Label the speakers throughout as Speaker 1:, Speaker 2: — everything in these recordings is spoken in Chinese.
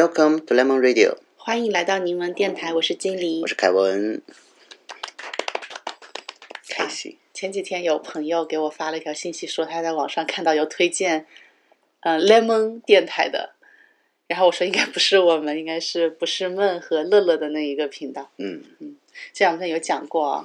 Speaker 1: Lemon Radio，
Speaker 2: 欢迎来到柠檬电台，我是金黎
Speaker 1: 我。是凯文。开
Speaker 2: 啊
Speaker 1: 心，
Speaker 2: 前几天有朋友给我发了一条信息，说他在网上看到有推荐，嗯、呃、，Lemon 电台的，然后我说应该不是我们，应该是不是梦和乐乐的那一个频道。
Speaker 1: 嗯，
Speaker 2: 这两天有讲过啊，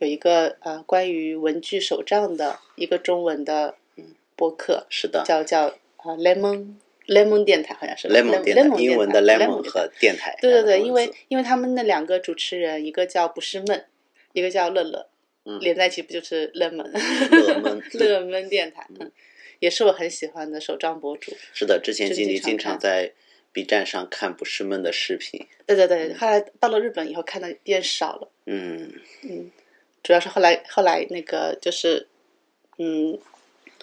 Speaker 2: 有一个呃关于文具手账的一个中文的嗯播客，
Speaker 1: 是的
Speaker 2: 叫叫啊、呃 Lemon Lemon 电台好像是吧
Speaker 1: ，Lemon 电台，英文的
Speaker 2: Lemon 电
Speaker 1: Lemon
Speaker 2: 台
Speaker 1: 和电台。
Speaker 2: 对对
Speaker 1: 两个
Speaker 2: 对，
Speaker 1: 文
Speaker 2: 因为
Speaker 1: 字
Speaker 2: 因为他们那两个主持人，一个叫不是闷，一个叫乐乐，
Speaker 1: 嗯
Speaker 2: 连在一起不就是乐闷？
Speaker 1: 乐闷
Speaker 2: 乐闷电台，嗯，也是我很喜欢的手账博主。
Speaker 1: 是的，之前
Speaker 2: 就是
Speaker 1: 经理
Speaker 2: 经常
Speaker 1: 经常
Speaker 2: 看
Speaker 1: 在 B 站上看不是闷的视频。
Speaker 2: 对对对，后来到了日本以后看的变少了，
Speaker 1: 嗯，
Speaker 2: 主要是后来后来那个就是，嗯。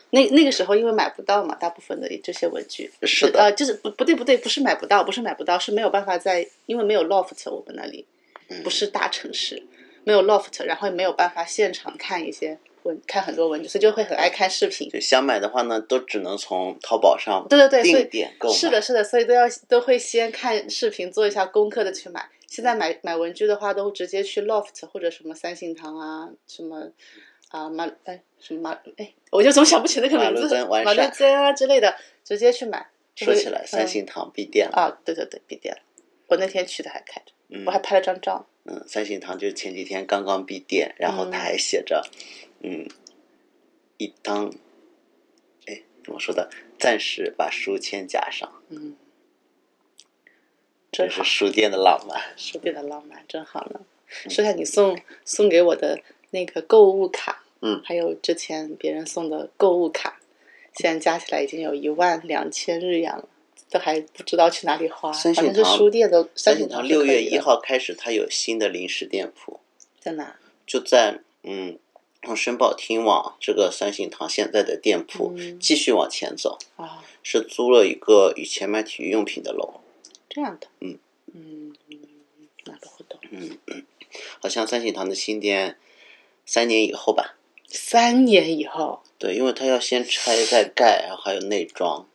Speaker 2: 那那个时候因为买不到嘛，大部分的这些文具
Speaker 1: 是的
Speaker 2: 呃，就是不不对不对，不是买不到，不是买不到，是没有办法在，因为没有 loft，我们那里
Speaker 1: 嗯
Speaker 2: 不是大城市，没有 loft，然后也没有办法现场看一些文，看很多文具，所以就会很爱看视频。
Speaker 1: 就想买的话呢，都只能从淘宝上
Speaker 2: 对对对，所以
Speaker 1: 定点购买。
Speaker 2: 是的，，是的，所以都要都会先看视频，做一下功课的去买。现在买买文具的话，都直接去 Loft 或者什么三星堂啊，什么啊马哎什么马哎，我就总想不起那个
Speaker 1: 马
Speaker 2: 名
Speaker 1: 路
Speaker 2: 字，
Speaker 1: 灯完
Speaker 2: 马
Speaker 1: 善
Speaker 2: 路针啊之类的，直接去买。就
Speaker 1: 说
Speaker 2: 会
Speaker 1: 起来，三、星堂闭店
Speaker 2: 嗯
Speaker 1: 了。
Speaker 2: 啊，对对对，闭店了。我那天去的还开着，
Speaker 1: 嗯
Speaker 2: 我还拍了张照。
Speaker 1: 嗯，三星堂就是前几天刚刚闭店，然后
Speaker 2: 嗯
Speaker 1: 它还写着，嗯，一当，哎，怎么说的？暂时把书签夹上，
Speaker 2: 嗯，
Speaker 1: 这
Speaker 2: 真好
Speaker 1: 是。书店的浪漫。
Speaker 2: 手边的浪漫真好呢。
Speaker 1: 嗯
Speaker 2: 说下你送送给我的那个购物卡，
Speaker 1: 嗯
Speaker 2: 还有之前别人送的购物卡，现在加起来已经有一万两千日元了，都还不知道去哪里花。
Speaker 1: 三
Speaker 2: 好
Speaker 1: 省
Speaker 2: 像是
Speaker 1: 堂
Speaker 2: 书店都
Speaker 1: 三
Speaker 2: 三
Speaker 1: 星
Speaker 2: 省
Speaker 1: 堂
Speaker 2: 堂
Speaker 1: 六月一
Speaker 2: 一
Speaker 1: 号开始，它有新的零食店铺，
Speaker 2: 在哪？
Speaker 1: 就在嗯，从申报厅往这个三星堂现在的店铺、
Speaker 2: 嗯
Speaker 1: 继续往前走，
Speaker 2: 啊，
Speaker 1: 是租了一个以前卖体育用品的楼，
Speaker 2: 这样的。
Speaker 1: 嗯
Speaker 2: 嗯，哪个活动？
Speaker 1: 好像三星堂的新店三年以后吧，
Speaker 2: 三年以后，
Speaker 1: 对，因为它要先拆再盖，然后还有内装，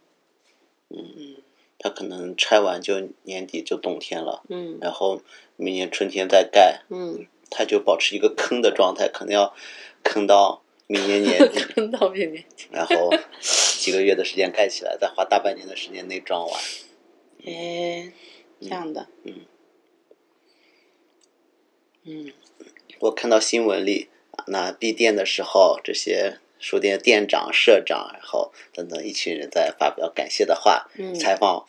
Speaker 1: 嗯，它可能拆完就年底就冬天了，
Speaker 2: 嗯
Speaker 1: 然后明年春天再盖，
Speaker 2: 嗯，
Speaker 1: 它就保持一个坑的状态，可能要坑到明年年 底，
Speaker 2: 看到没没？
Speaker 1: 然后几个月的时间盖起来，再花大半年的时间内装完。
Speaker 2: 哎，这样的。
Speaker 1: 嗯
Speaker 2: 嗯。
Speaker 1: 我看到新闻里，啊那闭店的时候，这些书店店长、社长，然后等等一群人在发表感谢的话，
Speaker 2: 嗯
Speaker 1: 采访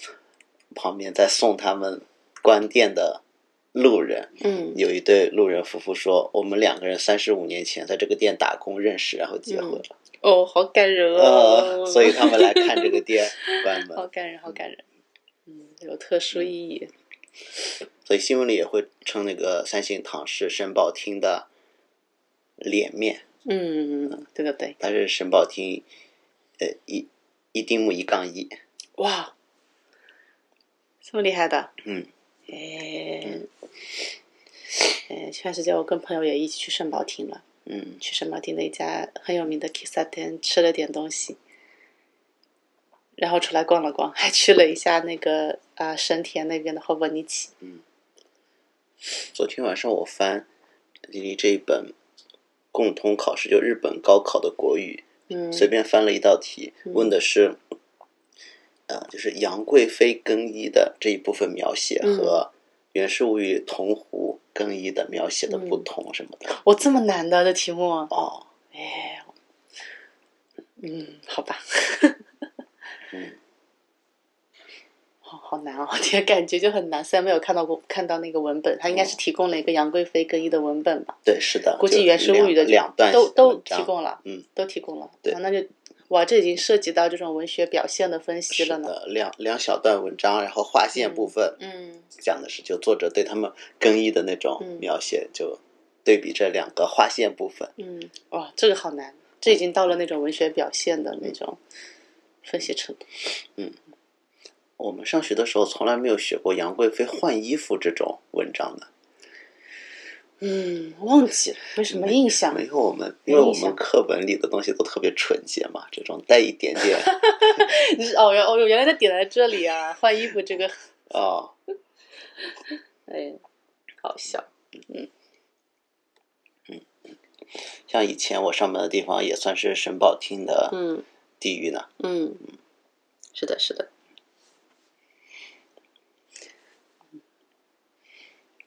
Speaker 1: 旁边在送他们关店的路人，
Speaker 2: 嗯
Speaker 1: 有一对路人夫妇说：“我们两个人三十五年前在这个店打工认识，然后结婚了。
Speaker 2: 哦，好感人哦！
Speaker 1: 呃， 所以他们来看这个店关
Speaker 2: 好
Speaker 1: 门。
Speaker 2: 感人，好感人。嗯，有特殊意义。
Speaker 1: 所以新闻里也会称那个三星堂是申报厅的脸面。
Speaker 2: 嗯，对对对，
Speaker 1: 它是申报厅，呃一一丁目一杠一，
Speaker 2: 哇，这么厉害的。
Speaker 1: 嗯。
Speaker 2: 哎，哎，前段时间我跟朋友也一起去圣保亭了，
Speaker 1: 嗯，
Speaker 2: 去圣保亭的一家很有名的 Kissa 店吃了点东西，然后出来逛了逛，还去了一下那个啊、神田那边的霍伯尼奇。
Speaker 1: 昨天晚上我翻李丽这一本《共同考试》，就日本高考的国语，
Speaker 2: 嗯
Speaker 1: 随便翻了一道题，问的是，呃，就是杨贵妃更衣的这一部分描写
Speaker 2: 嗯
Speaker 1: 和源氏物语同湖更衣的描写的不同什么的。
Speaker 2: 我这么难的这题目，啊
Speaker 1: 哦，
Speaker 2: 哎，嗯，好吧，
Speaker 1: 嗯，
Speaker 2: 好好难哦，这个感觉就很难。虽然没有看到过看到那个文本，它应该是提供了一个杨贵妃更衣的文本吧？
Speaker 1: 对，是的，嗯
Speaker 2: 估
Speaker 1: 啊就
Speaker 2: 计《源氏物
Speaker 1: 两
Speaker 2: 语》的
Speaker 1: 两段
Speaker 2: 都都
Speaker 1: 文章
Speaker 2: 提供了，
Speaker 1: 嗯，
Speaker 2: 都提供了。
Speaker 1: 对
Speaker 2: 啊那就哇，这已经涉及到这种文学表现的分析
Speaker 1: 是
Speaker 2: 了呢。
Speaker 1: 的，两两小段文章，然后划线部分，
Speaker 2: 嗯
Speaker 1: 讲的是就作者对他们更衣的那种
Speaker 2: 嗯
Speaker 1: 描写，就对比这两个划线部分。
Speaker 2: 嗯，哇，这个好难，这已经到了那种文学表现的那种分析程度。
Speaker 1: 我们上学的时候从来没有学过杨贵妃换衣服这种文章的，
Speaker 2: 嗯，忘记了，没什么印象。
Speaker 1: 没有我们，
Speaker 2: 没
Speaker 1: 因为
Speaker 2: 印
Speaker 1: 我
Speaker 2: 象
Speaker 1: 们课本里的东西都特别纯洁嘛，这种带一点 点
Speaker 2: 你是哦，原哦，原来的点在这里啊！换衣服这个
Speaker 1: 啊、
Speaker 2: 哎，好笑。
Speaker 1: 像以前我上班的地方也算是沈宝厅的
Speaker 2: 嗯
Speaker 1: 地域呢。
Speaker 2: 嗯，是的，是的。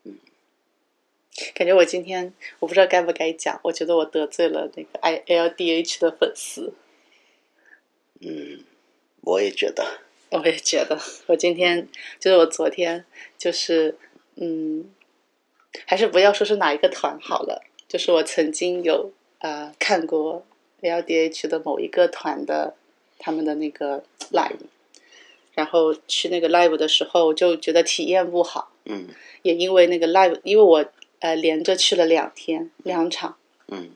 Speaker 2: 嗯感觉我今天我不知道该不该讲，我觉得我得罪了那个 I L D H 的粉丝。
Speaker 1: 我也觉得，
Speaker 2: 我也觉得，我今天就是我昨天就是嗯，还是不要说是哪一个团好了，就是我曾经有呃看过 LDH 的某一个团的他们的那个 live，然后去那个 live 的时候就觉得体验不好，
Speaker 1: 嗯
Speaker 2: 也因为那个 live，因为我呃连着去了两天两场，
Speaker 1: 嗯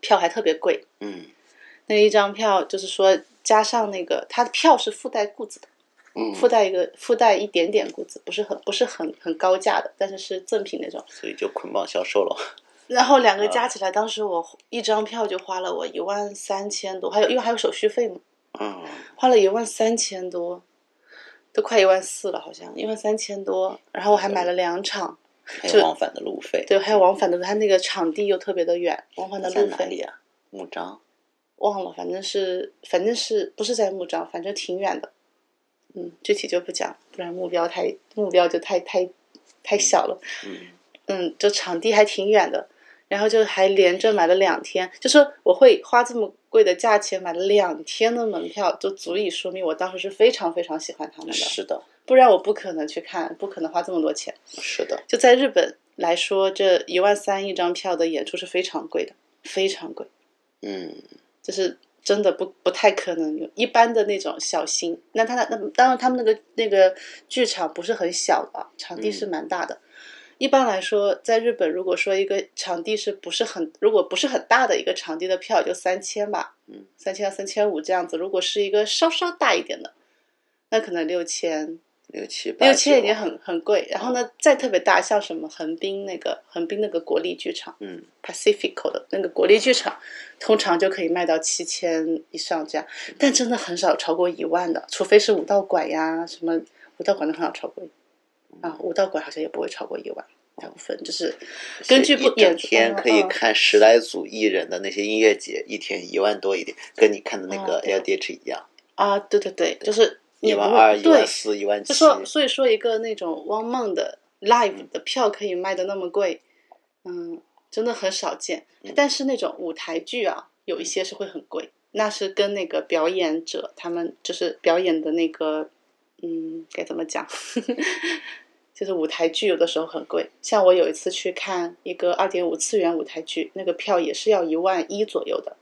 Speaker 2: 票还特别贵，
Speaker 1: 嗯
Speaker 2: 那一张票就是说加上那个它的票是附带固子的。
Speaker 1: 嗯，
Speaker 2: 附带一个附带一点点固资，不是很不是很很高价的，但是是赠品那种。
Speaker 1: 所以就捆绑销售了。
Speaker 2: 然后两个加起来，当时我一张票就花了我一万三千多，还有因为还有手续费嘛，
Speaker 1: 嗯
Speaker 2: 花了一万三千多，都快一万四了，好像一万三千多。然后我还买了两场，
Speaker 1: 还
Speaker 2: 就
Speaker 1: 有往返的路费。
Speaker 2: 对，还有往返的，他那个场地又特别的远，往返的
Speaker 1: 在
Speaker 2: 路
Speaker 1: 哪里
Speaker 2: 费
Speaker 1: 啊？木章。
Speaker 2: 忘了，反正是反正是不是在木章，反正挺远的。嗯，具体就不讲，不然目标太目标就太太太小了。
Speaker 1: 嗯
Speaker 2: 嗯，就场地还挺远的，然后就还连着买了两天，就说我会花这么贵的价钱买了两天的门票，就足以说明我当时是非常非常喜欢他们嗯的，
Speaker 1: 是的，
Speaker 2: 不然我不可能去看，不可能花这么多钱。
Speaker 1: 是的。
Speaker 2: 就在日本来说，这一万三一张票的演出是非常贵的，非常贵，
Speaker 1: 嗯
Speaker 2: 就是真的不不太可能有一般的那种小型。那他那当然他们那个那个剧场不是很小的啊，场地是蛮大的。一般来说，在日本，如果说一个场地是不是很，如果不是很大的一个场地的票，就三千吧，
Speaker 1: 嗯，
Speaker 2: 三千到啊三千五这样子。如果是一个稍稍大一点的，那可能六千，
Speaker 1: 六七八
Speaker 2: 六千已
Speaker 1: 九
Speaker 2: 经很很贵。然后呢，再特别大，像什么横滨那个横滨那个国立剧场
Speaker 1: 嗯
Speaker 2: Pacifico 的那个国立剧场，通常就可以卖到七千以上这样，但真的很少超过一万的，除非是武道馆呀什么，武道馆都很少超过一，啊，武道馆好像也不会超过一万，大部分就是根据不
Speaker 1: 一
Speaker 2: 演
Speaker 1: 整
Speaker 2: 出
Speaker 1: 天可以
Speaker 2: 嗯嗯
Speaker 1: 看十来组艺人的那些音乐节，一天一万多一点，跟你看的那
Speaker 2: 啊
Speaker 1: 个
Speaker 2: 对
Speaker 1: LDH 一样，
Speaker 2: 啊，对对对，就是你
Speaker 1: 一
Speaker 2: 不
Speaker 1: 万二、
Speaker 2: 会
Speaker 1: 一万
Speaker 2: 对，
Speaker 1: 四、一万
Speaker 2: 就
Speaker 1: 七，
Speaker 2: 说所以说一个那种汪梦的 live 的票可以卖的那么贵，嗯，真的很少见。但是那种舞台剧啊，有一些是会很贵，那是跟那个表演者他们就是表演的那个，嗯，该怎么讲？ 就是舞台剧有的时候很贵，像我有一次去看一个二点五次元舞台剧，那个票也是要一万一左右的，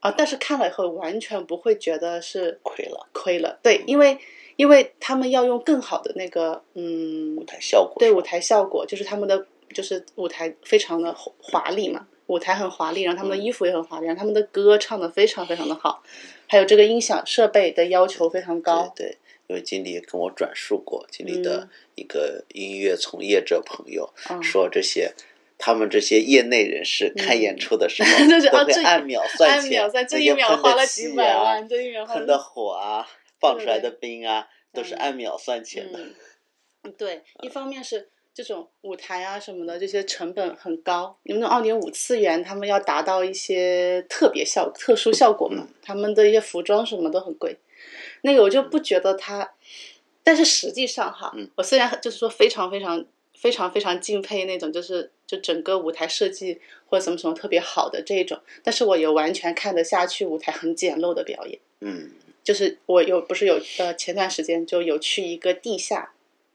Speaker 2: 啊，但是看了以后完全不会觉得是
Speaker 1: 亏了
Speaker 2: 亏了。对，因为因为他们要用更好的那个
Speaker 1: 舞
Speaker 2: 嗯，
Speaker 1: 台效果。
Speaker 2: 对舞台效果，就是他们的就是舞台非常的华丽嘛，舞台很华丽，然后他们的衣服也很华丽，然后他们的歌唱的非常非常的好，还有这个音响设备的要求非常高。
Speaker 1: 对对，因为经理也跟我转述过，经理的一个音乐从业者朋友、
Speaker 2: 嗯
Speaker 1: 说，这些他们这些业内人士看演出的时候，
Speaker 2: 嗯 就是啊
Speaker 1: 都会
Speaker 2: 这
Speaker 1: 按秒算钱，
Speaker 2: 按秒算，这
Speaker 1: 那
Speaker 2: 一
Speaker 1: 些
Speaker 2: 秒
Speaker 1: 喷的
Speaker 2: 花了
Speaker 1: 气
Speaker 2: 几百
Speaker 1: 啊
Speaker 2: 万，这一秒花
Speaker 1: 喷
Speaker 2: 了
Speaker 1: 的火啊，放出来的
Speaker 2: 对
Speaker 1: 冰啊，都是
Speaker 2: 嗯
Speaker 1: 按秒算钱的。
Speaker 2: 嗯，对，一方面是这种舞台啊什么的，这些成本很高。你们那二点五次元，他们要达到一些特别效、特殊效果嘛，他们的一些服装什么都很贵。那个我就不觉得它，但是实际上哈，
Speaker 1: 嗯
Speaker 2: 我虽然很就是说非常非常非常非常敬佩那种，就是就整个舞台设计或者什么什么特别好的这一种，但是我也完全看得下去舞台很简陋的表演。
Speaker 1: 嗯，
Speaker 2: 就是我有不是有呃前段时间就有去一个地下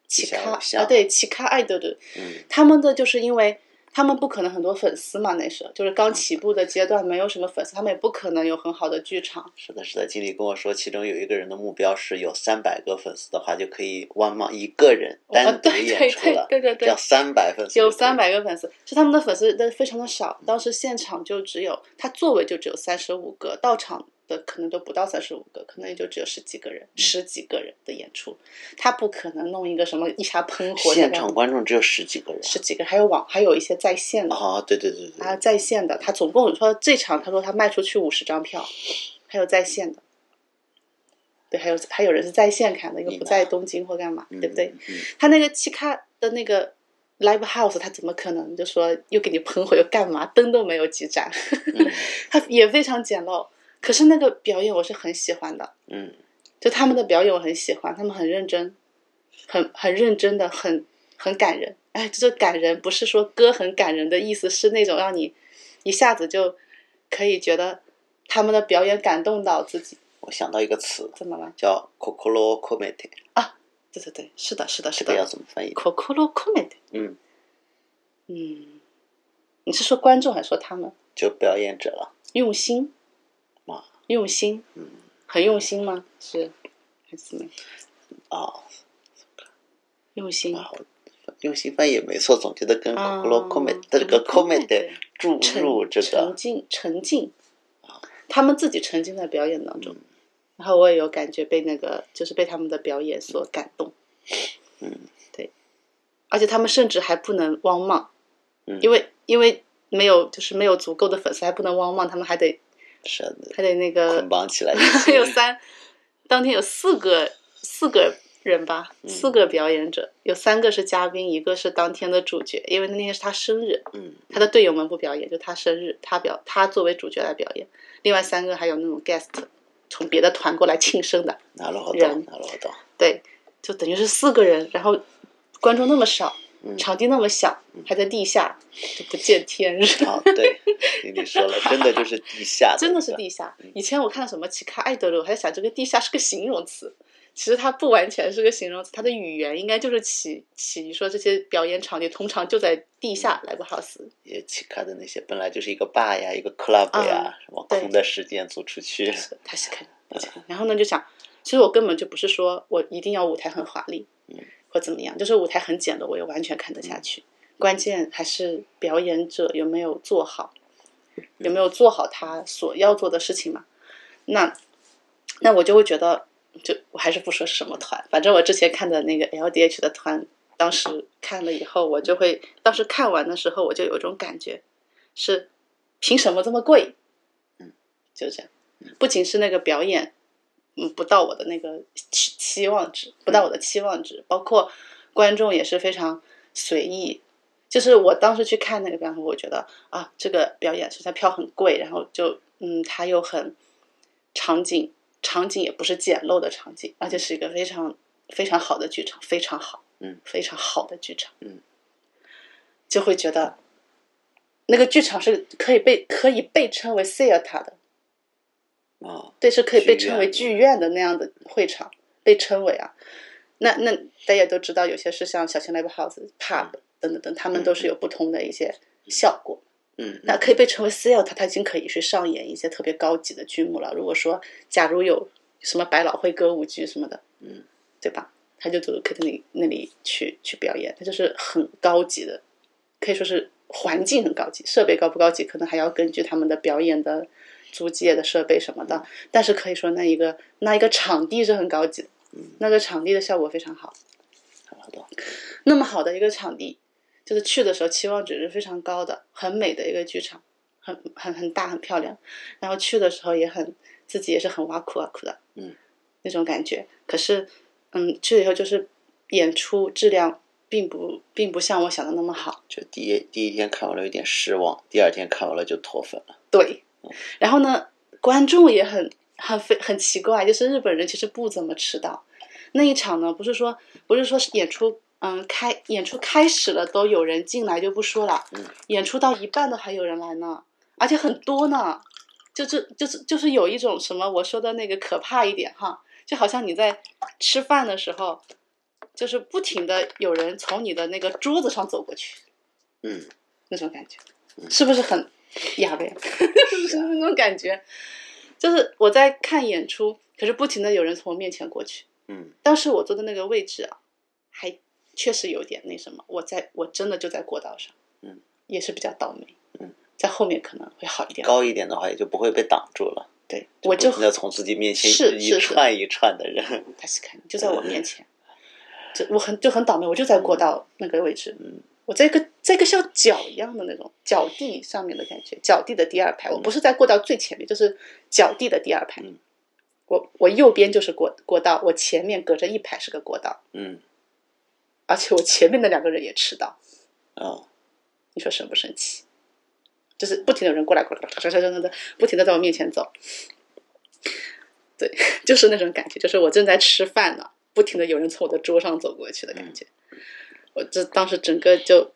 Speaker 1: 地
Speaker 2: 奇
Speaker 1: 下
Speaker 2: 咖
Speaker 1: 偶像
Speaker 2: 啊对奇咖爱豆的，
Speaker 1: 嗯
Speaker 2: 他们的就是因为他们不可能很多粉丝嘛，那时候就是
Speaker 1: 嗯
Speaker 2: 刚起步的阶段，没有什么粉丝，他们也不可能有很好的剧场。
Speaker 1: 是的，是的。经理跟我说，其中有一个人的目标是有三百个粉丝的话，就可以 one man 一个人
Speaker 2: 啊
Speaker 1: 单独
Speaker 2: 对
Speaker 1: 演
Speaker 2: 对
Speaker 1: 出了，
Speaker 2: 对对
Speaker 1: 只
Speaker 2: 对
Speaker 1: 要三百粉丝
Speaker 2: 有
Speaker 1: 就可以
Speaker 2: 三百个粉丝，就他们的粉丝但非常的少，当时现场就只有他座位就只有三十五个，到场的可能都不到三十五个，可能也就只有十几个人，
Speaker 1: 嗯
Speaker 2: 十几个人的演出，他不可能弄一个什么一下喷火
Speaker 1: 现场观众只有十几个人啊。
Speaker 2: 十几个人，还有网还有一些在线的
Speaker 1: 啊，对对对对，
Speaker 2: 还有在线的，他总共说这场他说他卖出去五十张票，还有在线的，对，还有还有人是在线看的，因为
Speaker 1: 明
Speaker 2: 不
Speaker 1: 白
Speaker 2: 在东京或干嘛，
Speaker 1: 嗯
Speaker 2: 对不对？？
Speaker 1: 嗯
Speaker 2: 他那个七卡的那个 live house，他怎么可能就说又给你喷火又干嘛？灯都没有几盏，
Speaker 1: 嗯
Speaker 2: 他也非常简陋。可是那个表演我是很喜欢的，
Speaker 1: 嗯
Speaker 2: 就他们的表演我很喜欢，他们很认真，很很认真的，很很感人。哎，这感人不是说歌很感人的意思，是那种让你一下子就可以觉得他们的表演感动到自己。
Speaker 1: 我想到一个词
Speaker 2: 怎么了？
Speaker 1: 叫 “kokoro komete”，
Speaker 2: 对对对，是的，是的，
Speaker 1: 这
Speaker 2: 是
Speaker 1: 个要
Speaker 2: 的。
Speaker 1: 怎么翻译？
Speaker 2: 心込めて。
Speaker 1: 嗯，
Speaker 2: 嗯，你是说观众还是说他们
Speaker 1: 就表演者了。
Speaker 2: 用心
Speaker 1: 啊？
Speaker 2: 用心，
Speaker 1: 嗯，
Speaker 2: 很用心吗？是还是怎么样？
Speaker 1: 啊
Speaker 2: 用心
Speaker 1: 啊，我用心翻译也没错，总觉得跟
Speaker 2: 嗯啊
Speaker 1: “kokoro komete” 这个 “komete” 注
Speaker 2: 沉
Speaker 1: 入这
Speaker 2: 沉
Speaker 1: 个，啊
Speaker 2: 浸沉浸，他们自己沉浸在表演当
Speaker 1: 嗯
Speaker 2: 中。然后我也有感觉被那个，就是被他们的表演所感动。
Speaker 1: 嗯，
Speaker 2: 对，而且他们甚至还不能汪漫，
Speaker 1: 嗯
Speaker 2: 因为因为没有就是没有足够的粉丝，还不能汪漫，他们还得
Speaker 1: 是的，
Speaker 2: 还得那个
Speaker 1: 捆绑起来一起。
Speaker 2: 有三，当天有四个四个人吧，
Speaker 1: 嗯
Speaker 2: 四个表演者，有三个是嘉宾，一个是当天的主角，因为那天是他生日，
Speaker 1: 嗯
Speaker 2: 他的队友们不表演，就他生日，他表他作为主角来表演，另外三个还有那种 guest 从别的团过来庆生的，
Speaker 1: なるほど、
Speaker 2: 人
Speaker 1: なるほど。
Speaker 2: 对，就等于是四个人，然后观众那么少，
Speaker 1: 嗯，
Speaker 2: 场地那么小，还在地下，就不见天日。
Speaker 1: 好，对，听你说了，真的就是地下
Speaker 2: 真的
Speaker 1: 的
Speaker 2: 是地下。以前我看什么奇卡爱德鲁，我还在想这个地下是个形容词，其实它不完全是个形容词，它的语言应该就是起起于说这些表演场地通常就在地下 live house。
Speaker 1: 也其他的那些本来就是一个 bar 呀，一个 club 呀，什么
Speaker 2: 啊对
Speaker 1: 空的时间租出去，
Speaker 2: 他是看，嗯然后呢就想，其实我根本就不是说我一定要舞台很华丽
Speaker 1: 嗯，
Speaker 2: 或怎么样，就是舞台很简陋，我也完全看得下去。关键还是表演者有没有做好，有没有做好他所要做的事情嘛？那那我就会觉得，就我还是不说是什么团，反正我之前看的那个 LDH 的团，当时看了以后，我就会当时看完的时候，我就有一种感觉，是凭什么这么贵？
Speaker 1: 嗯，
Speaker 2: 就这样。不仅是那个表演，嗯，不到我的那个期期望值，不到我的期望值，包括观众也是非常随意。就是我当时去看那个表演，我觉得啊，这个表演虽然票很贵，然后就嗯，它又很场景，场景也不是简陋的场景，而且是一个非常非常好的剧场，非常好，
Speaker 1: 嗯，
Speaker 2: 非常好的剧场，
Speaker 1: 嗯，
Speaker 2: 就会觉得那个剧场是可以被可以被称为 theater 的，
Speaker 1: 啊，
Speaker 2: 对，是可以被
Speaker 1: 剧
Speaker 2: 称
Speaker 1: 院
Speaker 2: 为剧院的那样的会场，被称为啊。那那大家也都知道，有些是像小型 live house、pub 等等等，他们都是有不同的一些效果。
Speaker 1: 嗯，
Speaker 2: 那可以被称为 c e a t 它已经可以去上演一些特别高级的剧目了。如果说假如有什么百老汇歌舞剧什么的，
Speaker 1: 嗯，
Speaker 2: 对吧？他就走可以在那里那里去去表演，它就是很高级的，可以说是环境很高级，设备高不高级，可能还要根据他们的表演的租借的设备什么的。但是可以说那一个那一个场地是很高级的，那个场地的效果非常好。
Speaker 1: 差不多，
Speaker 2: 那么好的一个场地，就是去的时候期望值是非常高的，很美的一个剧场，很很很大很漂亮，然后去的时候也很自己也是很哇酷哇酷的，
Speaker 1: 嗯，
Speaker 2: 那种感觉。可是，嗯，去了以后就是演出质量并不并不像我想的那么好，
Speaker 1: 就第一第一天看完了有点失望，第二天看完了就脱粉了，
Speaker 2: 对。然后呢，观众也很很非很奇怪，就是日本人其实不怎么迟到。那一场呢，不是说不是说是演出，嗯，开演出开始了都有人进来就不说了，
Speaker 1: 嗯
Speaker 2: 演出到一半都还有人来呢，而且很多呢，就这就是就是有一种什么我说的那个可怕一点哈，就好像你在吃饭的时候，就是不停的有人从你的那个桌子上走过去，
Speaker 1: 嗯，
Speaker 2: 那种感觉，是不是很哑巴呀？ 是那种感觉，就是我在看演出，可是不停的有人从我面前过去。
Speaker 1: 嗯
Speaker 2: 当时我坐的那个位置啊，还确实有点那什么，我在我真的就在过道上，
Speaker 1: 嗯，
Speaker 2: 也是比较倒霉，
Speaker 1: 嗯，
Speaker 2: 在后面可能会好一点。
Speaker 1: 高一点的话也就不会被挡住了，
Speaker 2: 对，我就
Speaker 1: 不停的从自己面前
Speaker 2: 是
Speaker 1: 一
Speaker 2: 是是
Speaker 1: 串一串的人，
Speaker 2: 他是看就在我面前，就我很就很倒霉，我就在过道那个位置，
Speaker 1: 嗯
Speaker 2: 我在一个在一个像脚一样的那种脚地上面的感觉，脚地的第二排，我不是在过道最前面，就是脚地的第二排，
Speaker 1: 嗯
Speaker 2: 我我右边就是过过道，我前面隔着一排是个过道，
Speaker 1: 嗯，
Speaker 2: 而且我前面的两个人也迟到，
Speaker 1: 哦，
Speaker 2: 你说生不生气？就是不停的有人过来过来，过来过来过来不停的在我面前走，对， 就是那种感觉，就是我正在吃饭呢，不停的有人从我的桌上走过去的
Speaker 1: 嗯
Speaker 2: 感觉，我这当时整个就，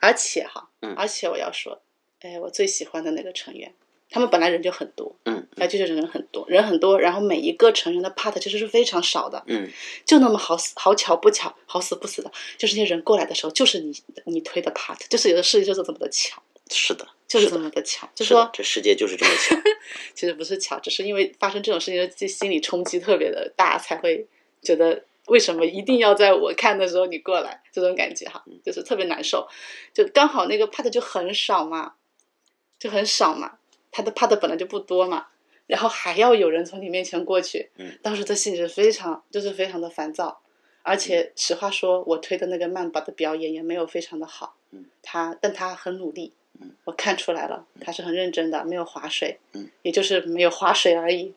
Speaker 2: 而且哈
Speaker 1: 嗯，
Speaker 2: 而且我要说，哎，我最喜欢的那个成员，他们本来人就很多，
Speaker 1: 嗯
Speaker 2: 那就是人很多，人很多，然后每一个成员的 part 其实是非常少的，
Speaker 1: 嗯
Speaker 2: 就那么好死好巧不巧，好死不死的，就是那些人过来的时候，就是你你推的 part，就是有的事情就是这么的巧，
Speaker 1: 是的，
Speaker 2: 就是
Speaker 1: 是的
Speaker 2: 这么的巧，就是
Speaker 1: 的
Speaker 2: 说
Speaker 1: 这世界就是这么巧，
Speaker 2: 其实不是巧，只是因为发生这种事情，自己心理冲击特别的大，才会觉得为什么一定要在我看的时候你过来，这种感觉
Speaker 1: 嗯
Speaker 2: 哈，就是特别难受。就刚好那个 part 就很少嘛，就很少嘛，他的 part 本来就不多嘛，然后还要有人从你面前过去，
Speaker 1: 嗯，
Speaker 2: 当时这心里是非常就是非常的烦躁，而
Speaker 1: 嗯
Speaker 2: 且实话说，我推的那个曼巴的表演也没有非常的好，
Speaker 1: 嗯，
Speaker 2: 他但他很努力
Speaker 1: 嗯。
Speaker 2: 我看出来了，他是很认真的，没有划水，
Speaker 1: 嗯，
Speaker 2: 也就是没有划水而已，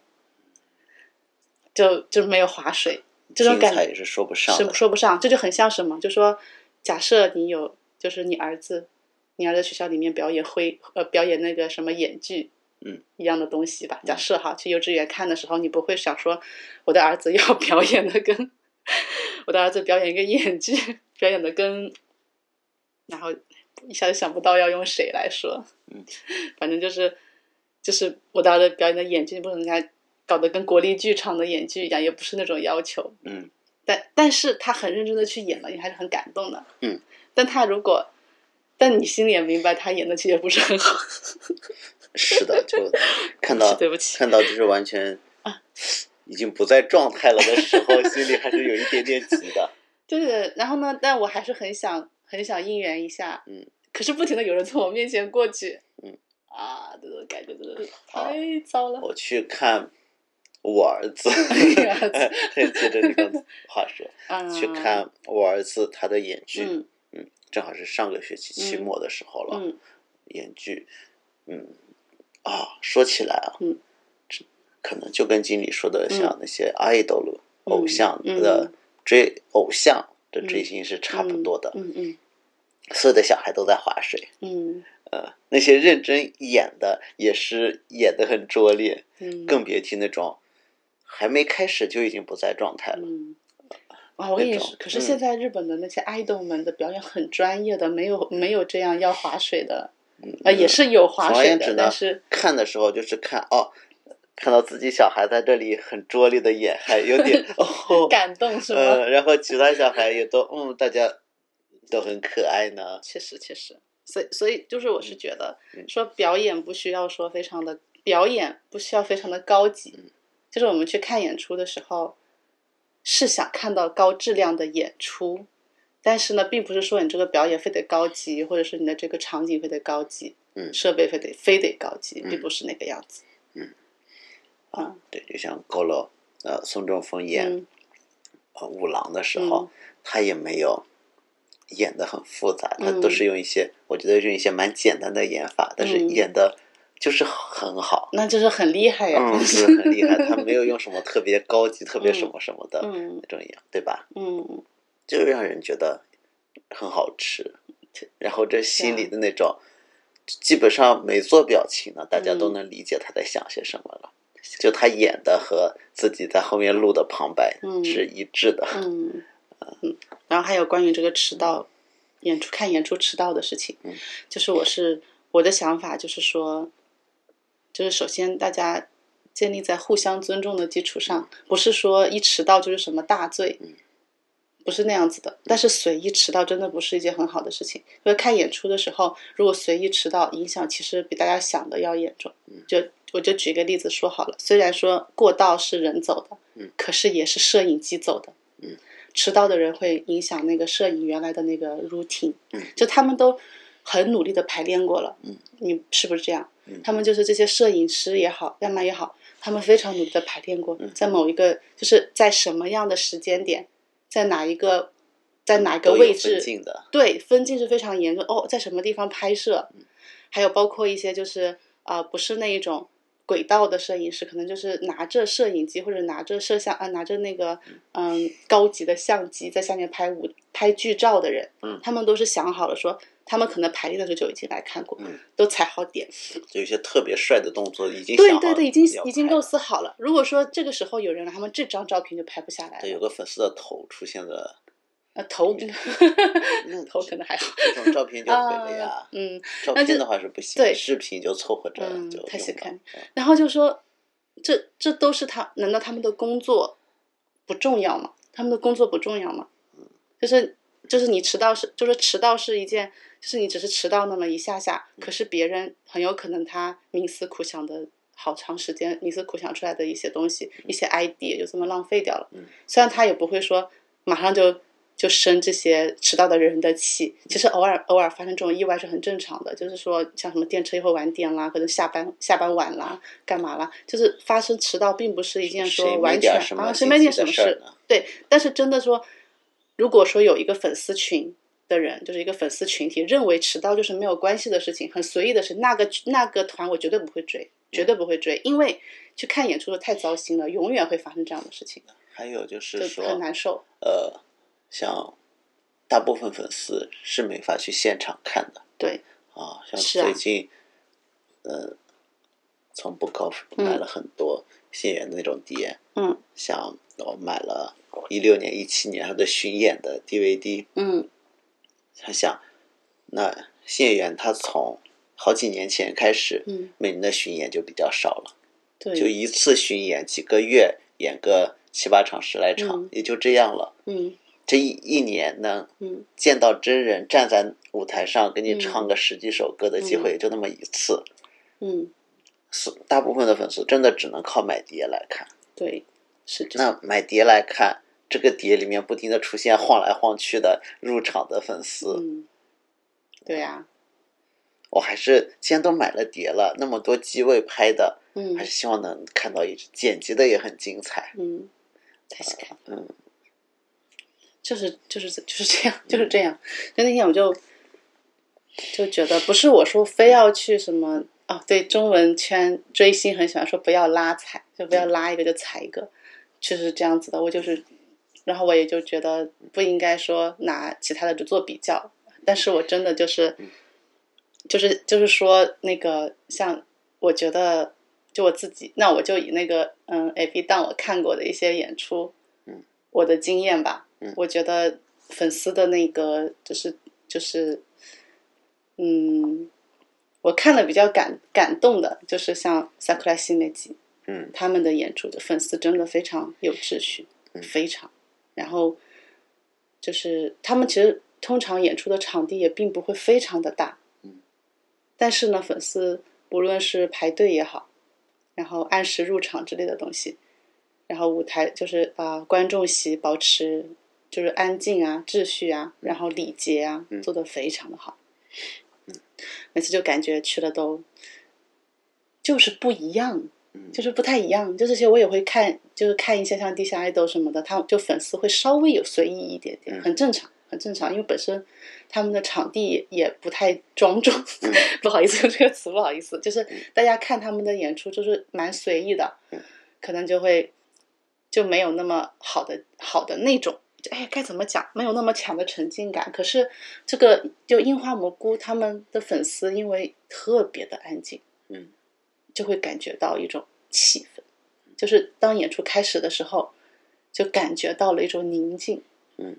Speaker 2: 就就没有划水， 这种
Speaker 1: 精
Speaker 2: 感
Speaker 1: 彩
Speaker 2: 觉
Speaker 1: 也是说不上
Speaker 2: 是
Speaker 1: 的，
Speaker 2: 说不上，这就很像什么？就说假设你有，就是你儿子，你儿子学校里面表演会呃表演那个什么演剧，
Speaker 1: 嗯，
Speaker 2: 一样的东西吧。假设哈，去幼稚园看的时候，你不会想说我的儿子要 表演的跟我的儿子表演一个演剧，表演的跟，然后一下就想不到要用谁来说，
Speaker 1: 嗯，
Speaker 2: 反正就是就是我的儿子表演的演剧，你不能给他搞得跟国立剧场的演剧一样，也不是那种要求，
Speaker 1: 嗯
Speaker 2: 但但是他很认真的去演了，你还是很感动的。
Speaker 1: 嗯，
Speaker 2: 但他如果，但你心里也明白，他演的其实也不是很好。
Speaker 1: 是的，就 看到
Speaker 2: 对不起
Speaker 1: 看到就是完全已经不在状态了的时 候，心里还是有一点点急的，
Speaker 2: 就是，然后呢，但我还是很想很想应援一下。
Speaker 1: 嗯，
Speaker 2: 可是不停的有人从我面前过去。
Speaker 1: 嗯，
Speaker 2: 啊，这种感觉真的是太糟了。
Speaker 1: 我去看我儿子，
Speaker 2: 儿子
Speaker 1: 接着你刚才话 说，
Speaker 2: 啊，
Speaker 1: 去看我儿子他的演剧，
Speaker 2: 嗯
Speaker 1: 正好是上个学期期
Speaker 2: 嗯
Speaker 1: 末的时候了，
Speaker 2: 嗯
Speaker 1: 演剧，嗯，啊，说起来啊，
Speaker 2: 嗯
Speaker 1: 这可能就跟经理说的，像那些 idol、偶像
Speaker 2: 嗯
Speaker 1: 的追偶像的
Speaker 2: 嗯
Speaker 1: 追星是差不多的，
Speaker 2: 嗯嗯
Speaker 1: 所有的小孩都在划水，
Speaker 2: 嗯
Speaker 1: 呃，那些认真演的也是演的很拙劣，
Speaker 2: 嗯，
Speaker 1: 更别提那种还没开始就已经不在状态了，
Speaker 2: 嗯。啊，我跟你
Speaker 1: 那种
Speaker 2: 说，可是
Speaker 1: 嗯
Speaker 2: 现在日本的那些 idol 们的表演很专业的，没有没有这样要划水的，呃，也是有划
Speaker 1: 总而
Speaker 2: 水
Speaker 1: 言
Speaker 2: 的
Speaker 1: 之，呢
Speaker 2: 但是，
Speaker 1: 看的时候就是看哦。看到自己小孩在这里很拙劣的演，还有 点哦，
Speaker 2: 感动是吗？
Speaker 1: 嗯，然后其他小孩也都嗯，大家都很可爱呢。
Speaker 2: 确实确实，所以所以就是我是觉得
Speaker 1: 嗯
Speaker 2: 说表演不需要说非常的表演不需要非常的高级，
Speaker 1: 嗯
Speaker 2: 就是我们去看演出的时候是想看到高质量的演出，但是呢，并不是说你这个表演非得高级，或者是你的这个场景非得高级，
Speaker 1: 嗯
Speaker 2: 设备非得非得高级，
Speaker 1: 嗯
Speaker 2: 并不是那个样子。
Speaker 1: 对，就像高楼呃宋仲峰演、
Speaker 2: 嗯
Speaker 1: 呃五郎的时候，他也没有演的很复杂，他
Speaker 2: 嗯
Speaker 1: 都是用一些我觉得用一些蛮简单的演法，但是
Speaker 2: 嗯
Speaker 1: 演的就是很好。
Speaker 2: 那就是很厉害呀、
Speaker 1: 嗯，就是很厉害，他没有用什么特别高级、特别什么什么的
Speaker 2: 嗯
Speaker 1: 那种演，对吧？
Speaker 2: 嗯，
Speaker 1: 就让人觉得很好吃，然后这心
Speaker 2: 啊
Speaker 1: 里的那种，基本上没做表情呢，大家
Speaker 2: 嗯
Speaker 1: 都能理解他在想些什么了。就他演的和自己在后面录的旁白
Speaker 2: 嗯
Speaker 1: 是一致的。
Speaker 2: 嗯，嗯，然后还有关于这个迟到演出看演出迟到的事情，
Speaker 1: 嗯
Speaker 2: 就是我是我的想法就是说，就是首先大家建立在互相尊重的基础上，不是说一迟到就是什么大罪。不是那样子的，但是随意迟到真的不是一件很好的事情。因为看演出的时候，如果随意迟到，影响其实比大家想的要严重。就我就举个例子说好了，虽然说过道是人走的，
Speaker 1: 嗯
Speaker 2: 可是也是摄影机走的，迟到的人会影响那个摄影原来的那个 routine，
Speaker 1: 嗯
Speaker 2: 就他们都很努力的排练过了，
Speaker 1: 嗯
Speaker 2: 你是不是这样？
Speaker 1: 嗯
Speaker 2: 他们就是这些摄影师也好，干嘛也好，他们非常努力的排练过，
Speaker 1: 嗯
Speaker 2: 在某一个就是在什么样的时间点，在哪一个在哪一个
Speaker 1: 都有
Speaker 2: 位
Speaker 1: 分
Speaker 2: 置，
Speaker 1: 镜的，
Speaker 2: 对，分镜是非常
Speaker 1: 嗯
Speaker 2: 严重哦，在什么地方拍摄，还有包括一些就是啊、呃不是那一种轨道的摄影师，可能就是拿着摄影机或者拿着摄像啊，拿着那个嗯高级的相机在下面拍舞拍剧照的人，
Speaker 1: 嗯
Speaker 2: 他们都是想好了说，他们可能排练的时候就已经来看过，
Speaker 1: 嗯
Speaker 2: 都踩好点，
Speaker 1: 有一些特别帅的动作已经想
Speaker 2: 对
Speaker 1: 好
Speaker 2: 对对，
Speaker 1: 了
Speaker 2: 已经
Speaker 1: 要
Speaker 2: 已经
Speaker 1: 拍
Speaker 2: 构
Speaker 1: 了
Speaker 2: 思好了。如果说这个时候有人来，他们这张照片就拍不下来
Speaker 1: 对，有
Speaker 2: 了，
Speaker 1: 个粉丝的头出现了，
Speaker 2: 呃，头
Speaker 1: 那
Speaker 2: 头可能 还好，
Speaker 1: 这种照片就毁了呀
Speaker 2: 啊。 嗯，
Speaker 1: 照
Speaker 2: 那就
Speaker 1: 片的话是不行，
Speaker 2: 对
Speaker 1: 视频就凑合着
Speaker 2: 嗯
Speaker 1: 就
Speaker 2: 太
Speaker 1: 用
Speaker 2: 小
Speaker 1: 了
Speaker 2: 看了
Speaker 1: 嗯
Speaker 2: 然后就说，这这都是他，难道他们的工作不重要吗？他们的工作不重要吗？
Speaker 1: 嗯
Speaker 2: 就是就是你迟到是，就是迟到是一件，就是你只是迟到那么一下下，
Speaker 1: 嗯
Speaker 2: 可是别人很有可能他冥思苦想的好长时间，冥思苦想出来的一些东西，一些 idea 就这么浪费掉了
Speaker 1: 嗯。
Speaker 2: 虽然他也不会说马上就。就生这些迟到的人的气，其实偶尔偶尔发生这种意外是很正常的。就是说，像什么电车一会儿晚点啦，可能下班下班晚啦，干嘛啦，就是发生迟到，并不是一件
Speaker 1: 谁
Speaker 2: 说
Speaker 1: 没
Speaker 2: 完
Speaker 1: 点儿
Speaker 2: 全
Speaker 1: 什么
Speaker 2: 啊，谁
Speaker 1: 新
Speaker 2: 没
Speaker 1: 奇
Speaker 2: 点
Speaker 1: 的
Speaker 2: 什么
Speaker 1: 事儿
Speaker 2: 事
Speaker 1: 呢，
Speaker 2: 对。但是真的说，如果说有一个粉丝群的人，就是一个粉丝群体，认为迟到就是没有关系的事情，很随意的事，那个那个团我绝对不会追，
Speaker 1: 嗯
Speaker 2: 绝对不会追，因为去看演出的太糟心了，永远会发生这样的事情，
Speaker 1: 还有就是
Speaker 2: 就
Speaker 1: 说，
Speaker 2: 很难受。
Speaker 1: 呃，像大部分粉丝是没法去现场看的
Speaker 2: 对，
Speaker 1: 啊，像
Speaker 2: 是啊
Speaker 1: 最近，呃，从不高买了很多新源的那种碟，
Speaker 2: 嗯
Speaker 1: 像我买了一六年、一七年他的巡演的 DVD，
Speaker 2: 嗯
Speaker 1: 他想，那谢元他从好几年前开始，
Speaker 2: 嗯，
Speaker 1: 每年的巡演就比较少了，就
Speaker 2: 对，
Speaker 1: 一次巡演几个月演个七八场、十来场，
Speaker 2: 嗯
Speaker 1: 也就这样了。
Speaker 2: 嗯
Speaker 1: 这一一年能
Speaker 2: 嗯
Speaker 1: 见到真人站在舞台上给你
Speaker 2: 嗯
Speaker 1: 唱个十几首歌的机会，也就那么一次。
Speaker 2: 嗯，
Speaker 1: 是大部分的粉丝真的只能靠买碟来看。
Speaker 2: 对，是这样。
Speaker 1: 那买碟来看，这个碟里面不停的出现晃来晃去的入场的粉丝，
Speaker 2: 嗯，对啊呀、
Speaker 1: 我还是既然都买了碟了，那么多机位拍的，
Speaker 2: 嗯
Speaker 1: 还是希望能看到一支剪辑的也很精彩。
Speaker 2: 嗯，太是看，
Speaker 1: 嗯，
Speaker 2: 就是就是就是这样， 就是这样。就那天我就就觉得，不是我说非要去什么啊，对中文圈追星很喜欢说不要拉踩，就不要拉一个就踩一个，就是这样子的。我就是，然后我也就觉得不应该说拿其他的做比较，但是我真的就是。就是就是说那个像我觉得就我自己，那我就以那个嗯 A B 档我看过的一些演出，
Speaker 1: 嗯，
Speaker 2: 我的经验吧，
Speaker 1: 嗯
Speaker 2: 我觉得粉丝的那个就是就是，嗯，我看了比较感感动的，就是像萨克拉西梅吉，
Speaker 1: 嗯，
Speaker 2: 他们的演出的粉丝真的非常有秩序，
Speaker 1: 嗯
Speaker 2: 非常。然后就是他们其实通常演出的场地也并不会非常的大，
Speaker 1: 嗯，
Speaker 2: 但是呢，粉丝无论是排队也好，然后按时入场之类的东西，然后舞台就是啊、呃观众席保持就是安静啊、秩序啊，然后礼节啊，
Speaker 1: 嗯
Speaker 2: 做得非常的好。每次就感觉去了都就是不一样，
Speaker 1: 嗯
Speaker 2: 就是不太一样。就这些我也会看，就是看一些像地下 idol 什么的，他就粉丝会稍微有随意一点点，
Speaker 1: 嗯
Speaker 2: 很正常，很正常。因为本身他们的场地也也不太庄重，
Speaker 1: 嗯
Speaker 2: 不好意思用这个词，不好意思，就是大家看他们的演出就是蛮随意的
Speaker 1: 嗯，
Speaker 2: 可能就会就没有那么好的好的那种。就哎，该怎么讲？没有那么强的沉浸感。可是这个就樱花蘑菇他们的粉丝，因为特别的安静，
Speaker 1: 嗯，
Speaker 2: 就会感觉到一种气氛，就是当演出开始的时候，就感觉到了一种宁静。
Speaker 1: 嗯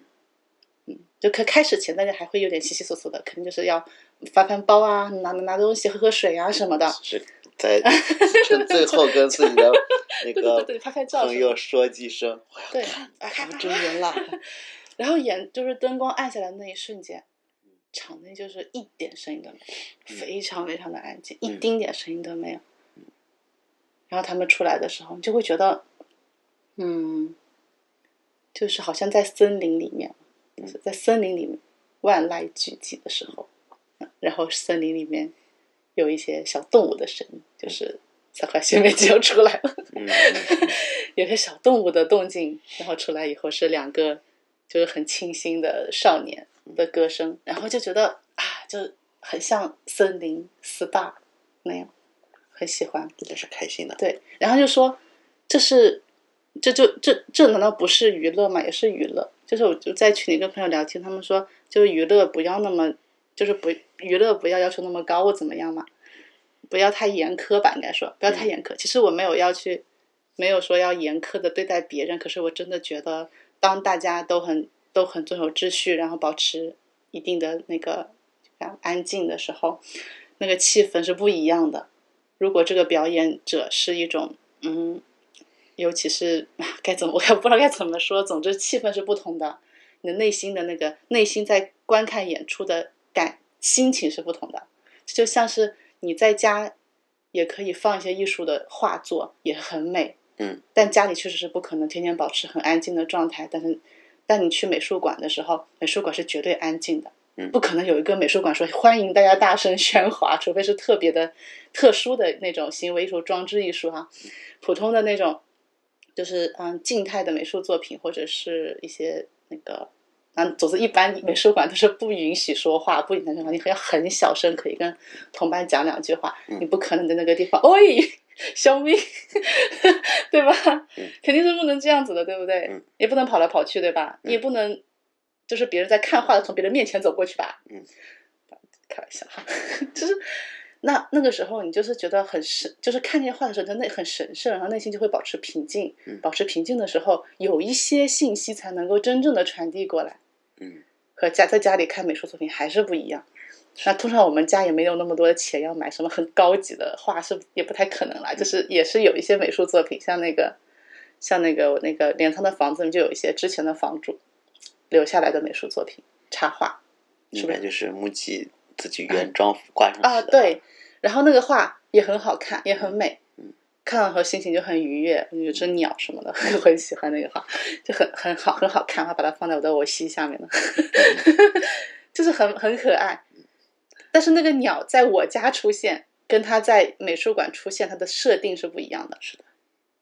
Speaker 2: 嗯，就可开始前大家还会有点稀稀索索的，肯定就是要翻翻包啊，拿拿拿东西，喝喝水啊什么的。
Speaker 1: 是在趁最后跟自己 的那
Speaker 2: 对
Speaker 1: 个
Speaker 2: 对对，拍拍照什么
Speaker 1: 朋
Speaker 2: 的。
Speaker 1: 友说几声，我要
Speaker 2: 对
Speaker 1: 看
Speaker 2: 哎
Speaker 1: 看到
Speaker 2: 看
Speaker 1: 真人 了。
Speaker 2: 然后眼就是灯光暗下来的那一瞬间，场内就是一点声音都没有，非常非常的安静，一
Speaker 1: 嗯
Speaker 2: 丁点声音都没有。然后他们出来的时候，你就会觉得，嗯，就是好像在森林里面，
Speaker 1: 嗯
Speaker 2: 就是在森林里面万籁俱寂的时候，嗯然后森林里面有一些小动物的声音，就是萨克拉西梅吉又出来了。
Speaker 1: 嗯，嗯
Speaker 2: 有些小动物的动静，然后出来以后是两个就是很清新的少年的歌声，然后就觉得啊，就很像森林 SPA 那样，很喜欢。
Speaker 1: 真是开心的。
Speaker 2: 对，然后就说这是这就这这难道不是娱乐吗？也是娱乐。就是我就在群里跟朋友聊天，他们说就娱乐不要那么就是不娱乐不要要求那么高，或怎么样嘛，不要太严苛吧，应该说不要太严苛。其实我没有要去，没有说要严苛的对待别人，可是我真的觉得，当大家都很都很遵守秩序，然后保持一定的那个啊安静的时候，那个气氛是不一样的。如果这个表演者是一种嗯，尤其是啊该怎么我也不知道该怎么说，总之气氛是不同的，你的内心的那个内心在观看演出的感心情是不同的。就像是你在家也可以放一些艺术的画作，也很美，
Speaker 1: 嗯，
Speaker 2: 但家里确实是不可能天天保持很安静的状态，但是。但你去美术馆的时候，美术馆是绝对安静的，
Speaker 1: 嗯
Speaker 2: 不可能有一个美术馆说欢迎大家大声喧哗，除非是特别的、特殊的那种行为艺术、装置艺术哈、普通的那种，就是嗯静态的美术作品或者是一些那个，嗯，总之一般美术馆都是不允许说话，不允许说话，你要很小声，可以跟同伴讲两句话，
Speaker 1: 嗯
Speaker 2: 你不可能在那个地方，喂， 小明，对吧？肯定是不能这样子的，对不对？
Speaker 1: 嗯
Speaker 2: 也不能跑来跑去，对吧？
Speaker 1: 嗯
Speaker 2: 你也不能就是别人在看画的从别人面前走过去吧？
Speaker 1: 嗯，
Speaker 2: 开玩笑 哈，就是那那个时候你就是觉得很神，就是看见画的时候真的很神圣，然后内心就会保持平静。
Speaker 1: 嗯
Speaker 2: 保持平静的时候，有一些信息才能够真正的传递过来，
Speaker 1: 嗯
Speaker 2: 和家在家里看美术作品还是不一样。那通常我们家也没有那么多的钱要买什么很高级的画，是也不太可能啦。就是也是有一些美术作品，像那个像那个我那个镰仓的房子里就有一些之前的房主留下来的美术作品插画是
Speaker 1: 应
Speaker 2: 不是
Speaker 1: 该就是木屐自己原装挂上去
Speaker 2: 啊，
Speaker 1: 的
Speaker 2: 对，然后那个画也很好看，也很美
Speaker 1: 嗯。
Speaker 2: 看了以后心情就很愉悦，有只鸟什么的， 我很喜欢那个画，就很很好很好看，我还把它放在我的我膝下面呢，
Speaker 1: 嗯
Speaker 2: 就是很很可爱。但是那个鸟在我家出现，跟它在美术馆出现，它的设定是不一样的。
Speaker 1: 是的，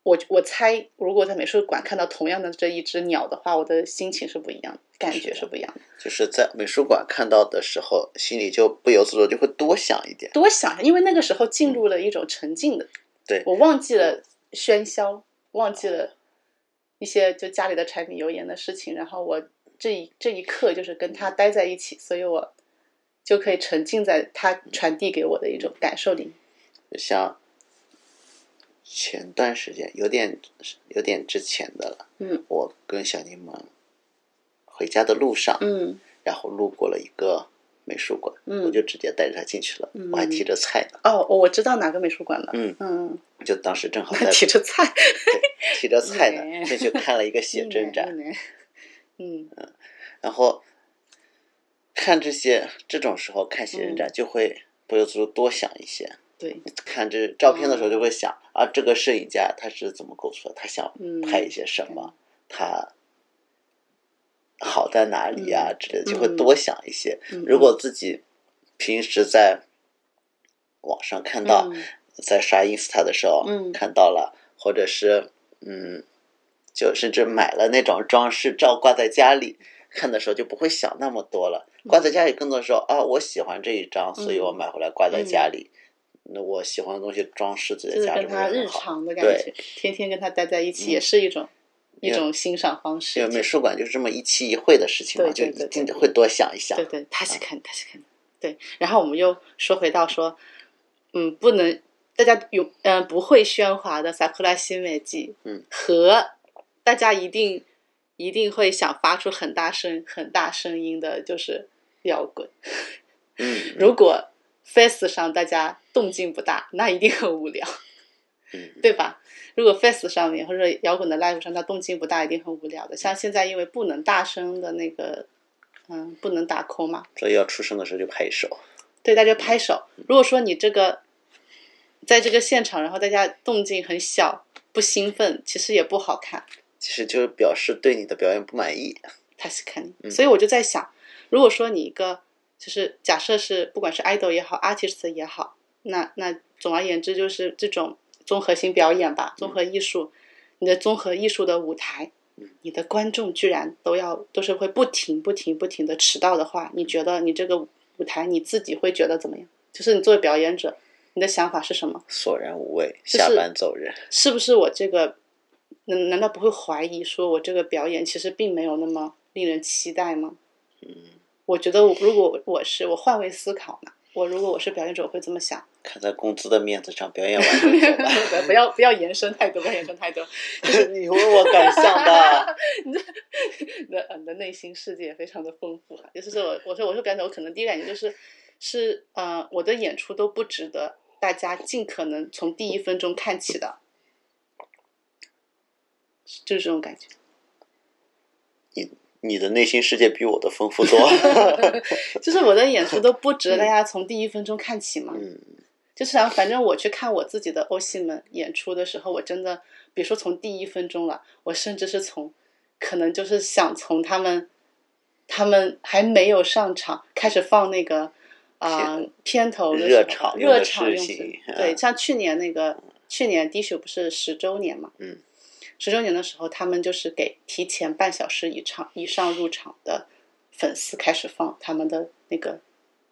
Speaker 2: 我我猜，如果在美术馆看到同样的这一只鸟的话，我的心情是不一样的，感觉是不一样的。
Speaker 1: 就是在美术馆看到的时候，心里就不由自主就会多想一点。
Speaker 2: 多想一下，因为那个时候进入了一种沉浸的，
Speaker 1: 嗯对
Speaker 2: 我忘记了喧嚣，忘记了一些就家里的柴米油盐的事情，然后我这一这一刻就是跟他待在一起，所以我就可以沉浸在他传递给我的一种感受里。
Speaker 1: 就像前段时间，有点有点之前的了，
Speaker 2: 嗯，
Speaker 1: 我跟小柠檬回家的路上，
Speaker 2: 嗯
Speaker 1: 然后路过了一个美术馆，
Speaker 2: 嗯
Speaker 1: 我就直接带着他进去了，
Speaker 2: 嗯
Speaker 1: 我还提着菜呢，
Speaker 2: 哦，我知道哪个美术馆了。
Speaker 1: 嗯哦
Speaker 2: 嗯，
Speaker 1: 就当时 正好
Speaker 2: 还
Speaker 1: 在
Speaker 2: 提着菜，
Speaker 1: 提着菜
Speaker 2: 哎
Speaker 1: 呢，进去看了一个
Speaker 2: 嗯
Speaker 1: 写真展，
Speaker 2: 一年。一年嗯
Speaker 1: 然后看这些这种时候看写真
Speaker 2: 嗯
Speaker 1: 展，就会不由自主多想一些。
Speaker 2: 对，
Speaker 1: 看这照片的时候，就会想、啊，这个摄影家他是怎么构思的？他想
Speaker 2: 嗯
Speaker 1: 拍一些什么？他好在哪里呀、之类的，就会多想一些。
Speaker 2: 嗯
Speaker 1: 如果自己平时在网上看到，
Speaker 2: 嗯
Speaker 1: 在刷 Insta 的时候、
Speaker 2: 嗯
Speaker 1: 看到了，或者是嗯，就甚至买了那种装饰照挂在家里
Speaker 2: 嗯
Speaker 1: 看的时候，就不会想那么多了。挂在家里更多的时候啊，我喜欢这一张，所以
Speaker 2: 嗯
Speaker 1: 我买回来挂在家里。那我喜欢的东西装饰自己
Speaker 2: 嗯
Speaker 1: 的
Speaker 2: 就是
Speaker 1: 家，
Speaker 2: 跟
Speaker 1: 这不
Speaker 2: 他
Speaker 1: 是
Speaker 2: 日
Speaker 1: 很好？嗯
Speaker 2: 常的感觉，天天跟他待在一起，也是一种一种欣赏方式
Speaker 1: 因为。美术馆就是这么一期一会的事情嘛，就
Speaker 2: 对对
Speaker 1: 一
Speaker 2: 对
Speaker 1: 定
Speaker 2: 对对
Speaker 1: 会多想一想
Speaker 2: 对。对，他
Speaker 1: 嗯
Speaker 2: 是看，他是看，对。然后我们又说回到说，嗯，不能大家有嗯、不会喧哗的萨库拉新美季，
Speaker 1: 嗯，
Speaker 2: 和大家一定一定会想发出很大声很大声音的，就是摇滚。
Speaker 1: 嗯，
Speaker 2: 如果 Face 上大家动静不大，那一定很无聊，
Speaker 1: 嗯
Speaker 2: 对吧？如果 Face 上面或者摇滚的 Live 上，它动静不大，一定很无聊的。像现在因为不能大声的那个，嗯，不能打 call 嘛，
Speaker 1: 所以要出声的时候就拍手。
Speaker 2: 对，大家拍手。如果说你这个在这个现场，然后大家动静很小，不兴奋，其实也不好看。
Speaker 1: 其实就是表示对你的表演不满意，
Speaker 2: 他是看你，
Speaker 1: 嗯
Speaker 2: 所以我就在想，如果说你一个就是假设是不管是 idol 也好，artist 也好，那那总而言之就是这种综合性表演吧，综合艺术，你的综合艺术的舞台
Speaker 1: 嗯，
Speaker 2: 你的观众居然都要都是会不停不停不停的迟到的话，你觉得你这个舞台你自己会觉得怎么样？就是你作为表演者，你的想法是什么？
Speaker 1: 索然无味，
Speaker 2: 就是
Speaker 1: 下班走人。
Speaker 2: 是不是我这个，难难道不会怀疑说我这个表演其实并没有那么令人期待吗？嗯，我觉得我如果我是我换位思考嘛，我如果我是表演者，我会这么想。
Speaker 1: 看在工资的面子上，表演完就走 吧。
Speaker 2: 不要不要延伸太多，不要延伸太多。
Speaker 1: 你问我感想的，
Speaker 2: 你的呃你的内心世界非常的丰富啊。就是我我说我说表演，我可能第一感觉就是是呃我的演出都不值得大家尽可能从第一分钟看起的，就是这种感觉。
Speaker 1: 你的内心世界比我的丰富多。
Speaker 2: 就是我的演出都不值得大家从第一分钟看起嘛。
Speaker 1: 嗯，
Speaker 2: 就是啊，反正我去看我自己的欧西们演出的时候，我真的别说从第一分钟了，我甚至是从，可能就是想从他们，他们还没有上场开始放那个啊、呃片头的时候
Speaker 1: 热场用的
Speaker 2: 热场用
Speaker 1: 事情
Speaker 2: 词
Speaker 1: 嗯
Speaker 2: 对，像去年那个去年 D 秀不是十周年嘛，
Speaker 1: 嗯，
Speaker 2: 十周年的时候，他们就是给提前半小时以场以上入场的粉丝开始放他们的那个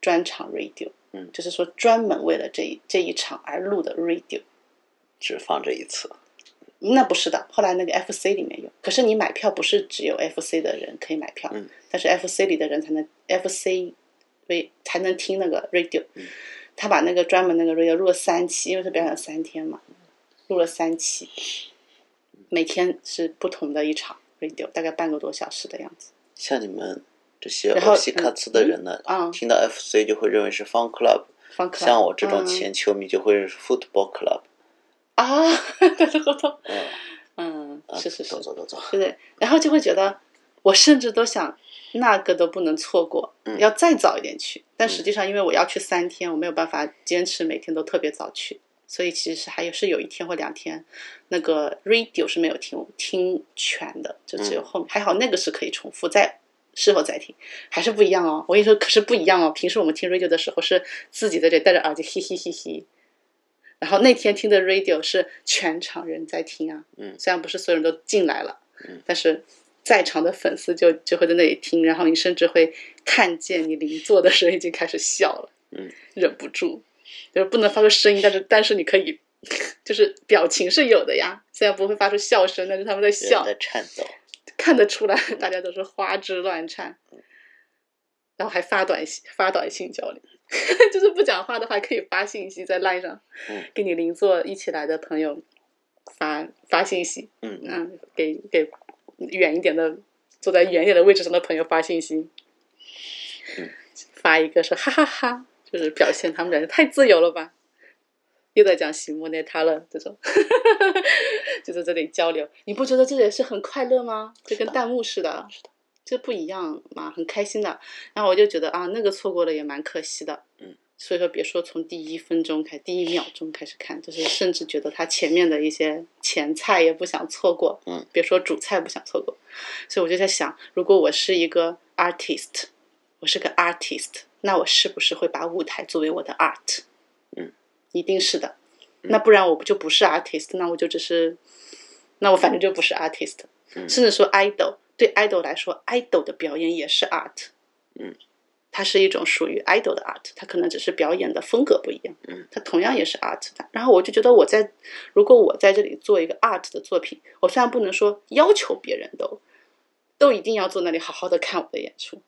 Speaker 2: 专场 radio，
Speaker 1: 嗯
Speaker 2: 就是说专门为了这一这一场而录的 radio。
Speaker 1: 只放这一次。
Speaker 2: 那不是的，后来那个 FC 里面有，可是你买票不是只有 FC 的人可以买票，
Speaker 1: 嗯
Speaker 2: 但是 FC 里的人才能 FC 为才能听那个 radio，、
Speaker 1: 嗯
Speaker 2: 他把那个专门那个 radio 录了三期，因为他表演了三天嘛，录了三期，每天是不同的一场 radio，大概半个多小时的样子。
Speaker 1: 像你们这些
Speaker 2: 然后
Speaker 1: 欧西卡茨的人呢，
Speaker 2: 嗯嗯
Speaker 1: 听到 FC 就会认为是 Fun Club，
Speaker 2: 方克拉
Speaker 1: 像我这种
Speaker 2: 嗯
Speaker 1: 前球迷就会是 Football Club。
Speaker 2: 啊， 对对对对，
Speaker 1: 嗯，
Speaker 2: 嗯，
Speaker 1: 啊
Speaker 2: 是是是
Speaker 1: 走，走走走。
Speaker 2: 对不对？然后就会觉得，我甚至都想那个都不能错过，
Speaker 1: 嗯
Speaker 2: 要再早一点去。但实际上，因为我要去三天，我没有办法坚持每天都特别早去，所以其实还有是有一天或两天，那个 radio 是没有听听全的，就只有后面。还好那个是可以重复再。是否再听还是不一样哦？我跟你说，可是不一样哦。平时我们听 radio 的时候是自己在这里戴着耳机，嘿嘿嘿嘿。然后那天听的 radio 是全场人在听啊，
Speaker 1: 嗯
Speaker 2: 虽然不是所有人都进来了，
Speaker 1: 嗯
Speaker 2: 但是在场的粉丝就就会在那里听，然后你甚至会看见你邻座的时候已经开始笑了，
Speaker 1: 嗯，
Speaker 2: 忍不住，就是不能发出声音，但是但是你可以，就是表情是有的呀，虽然不会发出笑声，但是他们在
Speaker 1: 人
Speaker 2: 笑，
Speaker 1: 在颤抖。
Speaker 2: 看得出来大家都是花枝乱颤，然后还发短信发短信交流， 就是不讲话的话可以发信息在 line 上，
Speaker 1: 嗯
Speaker 2: 给你邻座一起来的朋友发发信息，
Speaker 1: 嗯，
Speaker 2: 嗯，给给远一点的坐在远一点的位置上的朋友发信息，
Speaker 1: 嗯
Speaker 2: 发一个说哈哈哈就是表现他们两个太自由了吧，又在讲席慕内他了这种， 就在这里交流，你不觉得这也是很快乐吗？这跟弹幕似的，这不一样嘛，很开心的。然后我就觉得啊，那个错过了也蛮可惜的，
Speaker 1: 嗯。
Speaker 2: 所以说，别说从第一分钟开，第一秒钟开始看，就是甚至觉得他前面的一些前菜也不想错过，
Speaker 1: 嗯，
Speaker 2: 别说主菜不想错过。所以我就在想，如果我是一个 artist，我是个 artist，那我是不是会把舞台作为我的 art？
Speaker 1: 嗯，
Speaker 2: 一定是的。那不然我就不是 artist，那我就只是，那我反正就不是 artist，、
Speaker 1: 嗯
Speaker 2: 甚至说 idol，对 idol 来说，idol 的表演也是 art。
Speaker 1: 嗯，
Speaker 2: 它是一种属于 idol 的 art，它可能只是表演的风格不一样。
Speaker 1: 嗯，
Speaker 2: 它同样也是 art 的。然后我就觉得我在，如果我在这里做一个 art 的作品，我虽然不能说要求别人都都一定要坐那里好好的看我的演出，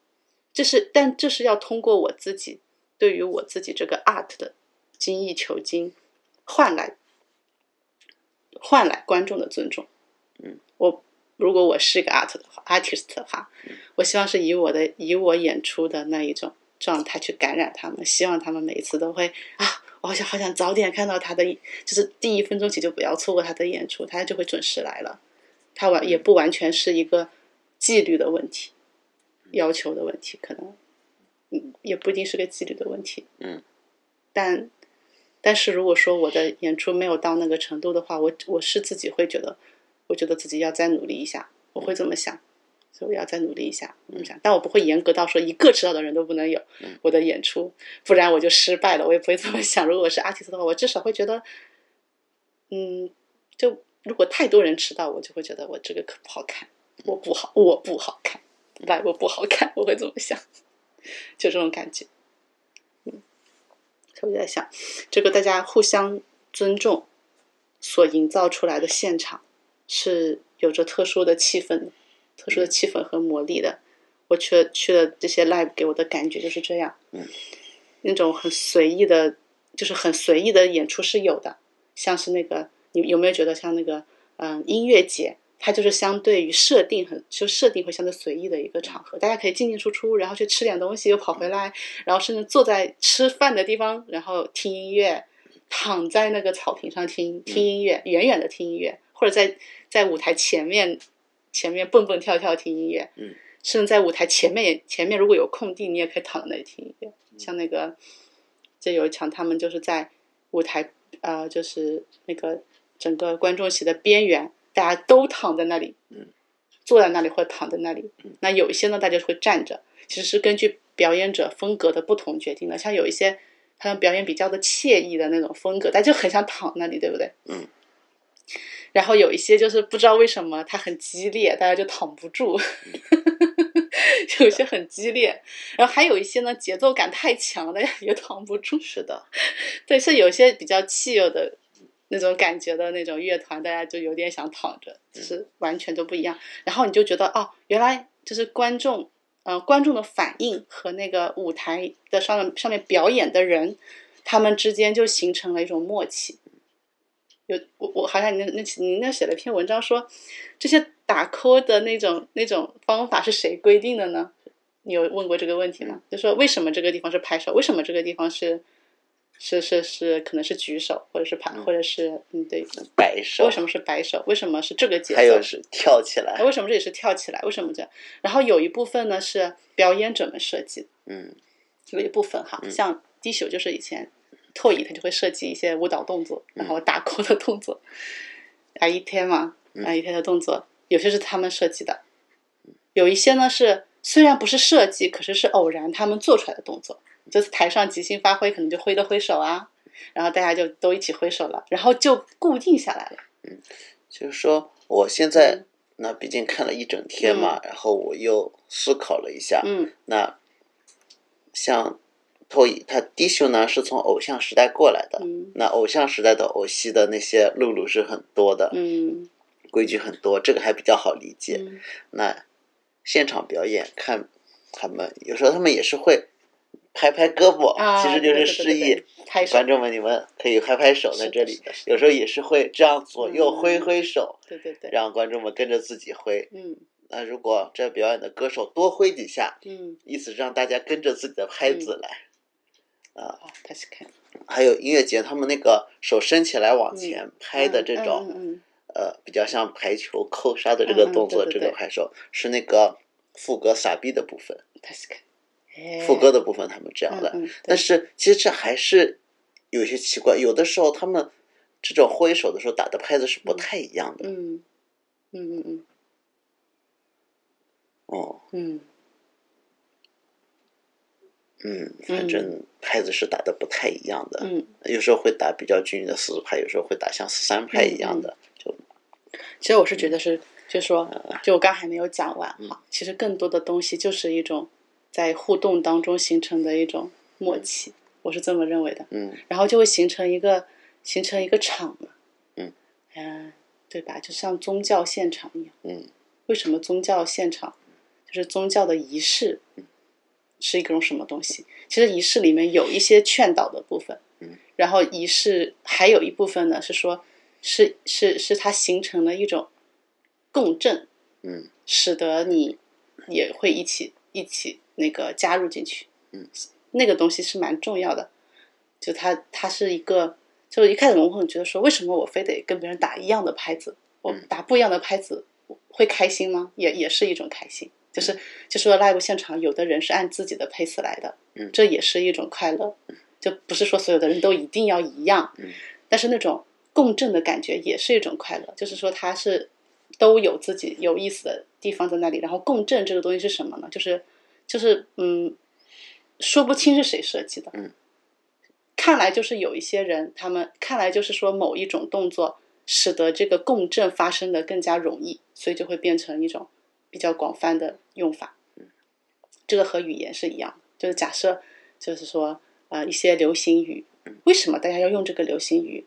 Speaker 2: 这是但这是要通过我自己对于我自己这个 art 的精益求精，换来换来观众的尊重。
Speaker 1: 嗯，
Speaker 2: 我如果我是一个 art 的话，artist 的话，我希望是以我的以我演出的那一种状态去感染他们，希望他们每一次都会啊，我好想好想早点看到他的，就是第一分钟起就不要错过他的演出，他就会准时来了。他完也不完全是一个纪律的问题，要求的问题，可能嗯也不一定是个纪律的问题。
Speaker 1: 嗯，
Speaker 2: 但但是如果说我的演出没有到那个程度的话，我我是自己会觉得，我觉得自己要再努力一下，我会这么想，所以我要再努力一下，这么想。但我不会严格到说一个迟到的人都不能有
Speaker 1: 嗯
Speaker 2: 我的演出，不然我就失败了。我也不会这么想。如果我是阿提斯的话，我至少会觉得，嗯，就如果太多人迟到，我就会觉得我这个可不好看，我不好，我不好看，来，我不好看，我会这么想，就这种感觉。嗯，所以我在想，这个大家互相尊重所营造出来的现场是有着特殊的气氛、特殊的气氛和魔力的。我去了去了这些 live 给我的感觉就是这样，
Speaker 1: 嗯，
Speaker 2: 那种很随意的，就是很随意的演出是有的，像是那个你有没有觉得像那个嗯音乐节，它就是相对于设定很就设定会相对随意的一个场合，大家可以进进出出，然后去吃点东西又跑回来，然后甚至坐在吃饭的地方，然后听音乐，躺在那个草坪上听听音乐，远远的听音乐，或者在在舞台前面前面蹦蹦跳跳听音乐，
Speaker 1: 嗯，
Speaker 2: 甚至在舞台前面也前面如果有空地，你也可以躺在那里听音乐，像那个这有一场他们就是在舞台呃就是那个整个观众席的边缘，大家都躺在那里，
Speaker 1: 嗯，
Speaker 2: 坐在那里或者躺在那里
Speaker 1: 嗯，
Speaker 2: 那有一些呢大家就会站着。其实是根据表演者风格的不同决定的。像有一些他们表演比较的惬意的那种风格，他就很想躺那里，对不对？
Speaker 1: 嗯。
Speaker 2: 然后有一些就是不知道为什么他很激烈，大家就躺不住。
Speaker 1: 嗯
Speaker 2: 有一些很激烈，然后还有一些呢节奏感太强，大家也躺不住。
Speaker 1: 是的，
Speaker 2: 对，是有些比较气有的那种感觉的那种乐团，大家就有点想躺着，就是完全都不一样。然后你就觉得哦，原来就是观众，呃，观众的反应和那个舞台的上上面表演的人，他们之间就形成了一种默契。有我我好像你那那你那写了篇文章说，这些打 call 的那种那种方法是谁规定的呢？你有问过这个问题吗？就说为什么这个地方是拍手，为什么这个地方是是是是可能是举手，或者是拍，
Speaker 1: 嗯
Speaker 2: 或者是嗯对，
Speaker 1: 摆手，
Speaker 2: 为什么是摆手？为什么是这个节奏？
Speaker 1: 还有是跳起来
Speaker 2: 哎，为什么这里是跳起来？为什么这样？然后有一部分呢是表演者们设计的，
Speaker 1: 嗯
Speaker 2: 有一部分哈，
Speaker 1: 嗯
Speaker 2: 像低朽就是以前拓椅他就会设计一些舞蹈动作，然后打勾的动作，啊一天嘛，
Speaker 1: 嗯
Speaker 2: 啊一天的动作，有些是他们设计的，有一些呢是虽然不是设计，可是是偶然他们做出来的动作，
Speaker 1: 嗯
Speaker 2: 就是台上即兴发挥，可能就挥了挥手啊，然后大家就都一起挥手了，然后就固定下来了。
Speaker 1: 就是说我现在
Speaker 2: 嗯
Speaker 1: 那毕竟看了一整天嘛，然后我又思考了一下，
Speaker 2: 嗯
Speaker 1: 那像拓乙他低修呢是从偶像时代过来的，
Speaker 2: 嗯
Speaker 1: 那偶像时代的偶戏的那些露露是很多的，
Speaker 2: 嗯
Speaker 1: 规矩很多，这个还比较好理解。
Speaker 2: 嗯
Speaker 1: 那现场表演看他们，有时候他们也是会拍拍胳膊，
Speaker 2: 啊，
Speaker 1: 其实就
Speaker 2: 对
Speaker 1: 是
Speaker 2: 对
Speaker 1: 示
Speaker 2: 对
Speaker 1: 意。
Speaker 2: 对对拍手，
Speaker 1: 观众们，你们可以拍拍手在这
Speaker 2: 是
Speaker 1: 里
Speaker 2: 的是，
Speaker 1: 有时候也是会这样左右
Speaker 2: 嗯
Speaker 1: 挥挥手，
Speaker 2: 对对对，
Speaker 1: 让观众们跟着自己挥。
Speaker 2: 嗯
Speaker 1: 那如果这表演的歌手多挥几下，
Speaker 2: 嗯
Speaker 1: 意思是让大家跟着自己的拍子来。
Speaker 2: 啊，他是看
Speaker 1: 还有音乐节，他们那个手伸起来往前拍的这种，
Speaker 2: 嗯嗯嗯嗯
Speaker 1: 呃，比较像排球扣杀的这个动作，
Speaker 2: 嗯嗯对对
Speaker 1: 这
Speaker 2: 对
Speaker 1: 个拍手是那个副歌傻逼的部分，
Speaker 2: 確かに。
Speaker 1: 副歌的部分他们这样来。
Speaker 2: 嗯嗯、
Speaker 1: 但是其实这还是有些奇怪，有的时候他们这种挥手的时候打的拍子是不太一样的。
Speaker 2: 嗯嗯嗯嗯
Speaker 1: 哦，
Speaker 2: 嗯
Speaker 1: 嗯，反正拍子是打的不太一样的，
Speaker 2: 嗯，
Speaker 1: 有时候会打比较均匀的四字拍，有时候会打像四三拍一样的。就
Speaker 2: 其实我是觉得是，就说，
Speaker 1: 嗯
Speaker 2: 就我刚还没有讲完哈，其实更多的东西就是一种在互动当中形成的一种默契，我是这么认为的。
Speaker 1: 嗯
Speaker 2: 然后就会形成一个形成一个场嘛。
Speaker 1: 嗯
Speaker 2: 嗯、对吧？就像宗教现场一样。
Speaker 1: 嗯，
Speaker 2: 为什么宗教现场就是宗教的仪式是一种什么东西？其实仪式里面有一些劝导的部分，
Speaker 1: 嗯，
Speaker 2: 然后仪式还有一部分呢是说，是是是它形成了一种共振，
Speaker 1: 嗯
Speaker 2: 使得你也会一起一起那个加入进去。
Speaker 1: 嗯，
Speaker 2: 那个东西是蛮重要的，就它它是一个，就一开始我会觉得说，为什么我非得跟别人打一样的拍子？我
Speaker 1: 嗯
Speaker 2: 打不一样的拍子会开心吗？也也是一种开心，
Speaker 1: 嗯
Speaker 2: 就是就说 live 现场，有的人是按自己的配色来的，
Speaker 1: 嗯
Speaker 2: 这也是一种快乐，就不是说所有的人都一定要一样，
Speaker 1: 嗯
Speaker 2: 但是那种共振的感觉也是一种快乐，就是说它是都有自己有意思的地方在那里。然后共振这个东西是什么呢？就是就是嗯，说不清是谁设计的。
Speaker 1: 嗯，
Speaker 2: 看来就是有一些人，他们看来就是说某一种动作使得这个共振发生的更加容易，所以就会变成一种比较广泛的用法。这个和语言是一样的，就是假设就是说呃一些流行语。为什么大家要用这个流行语？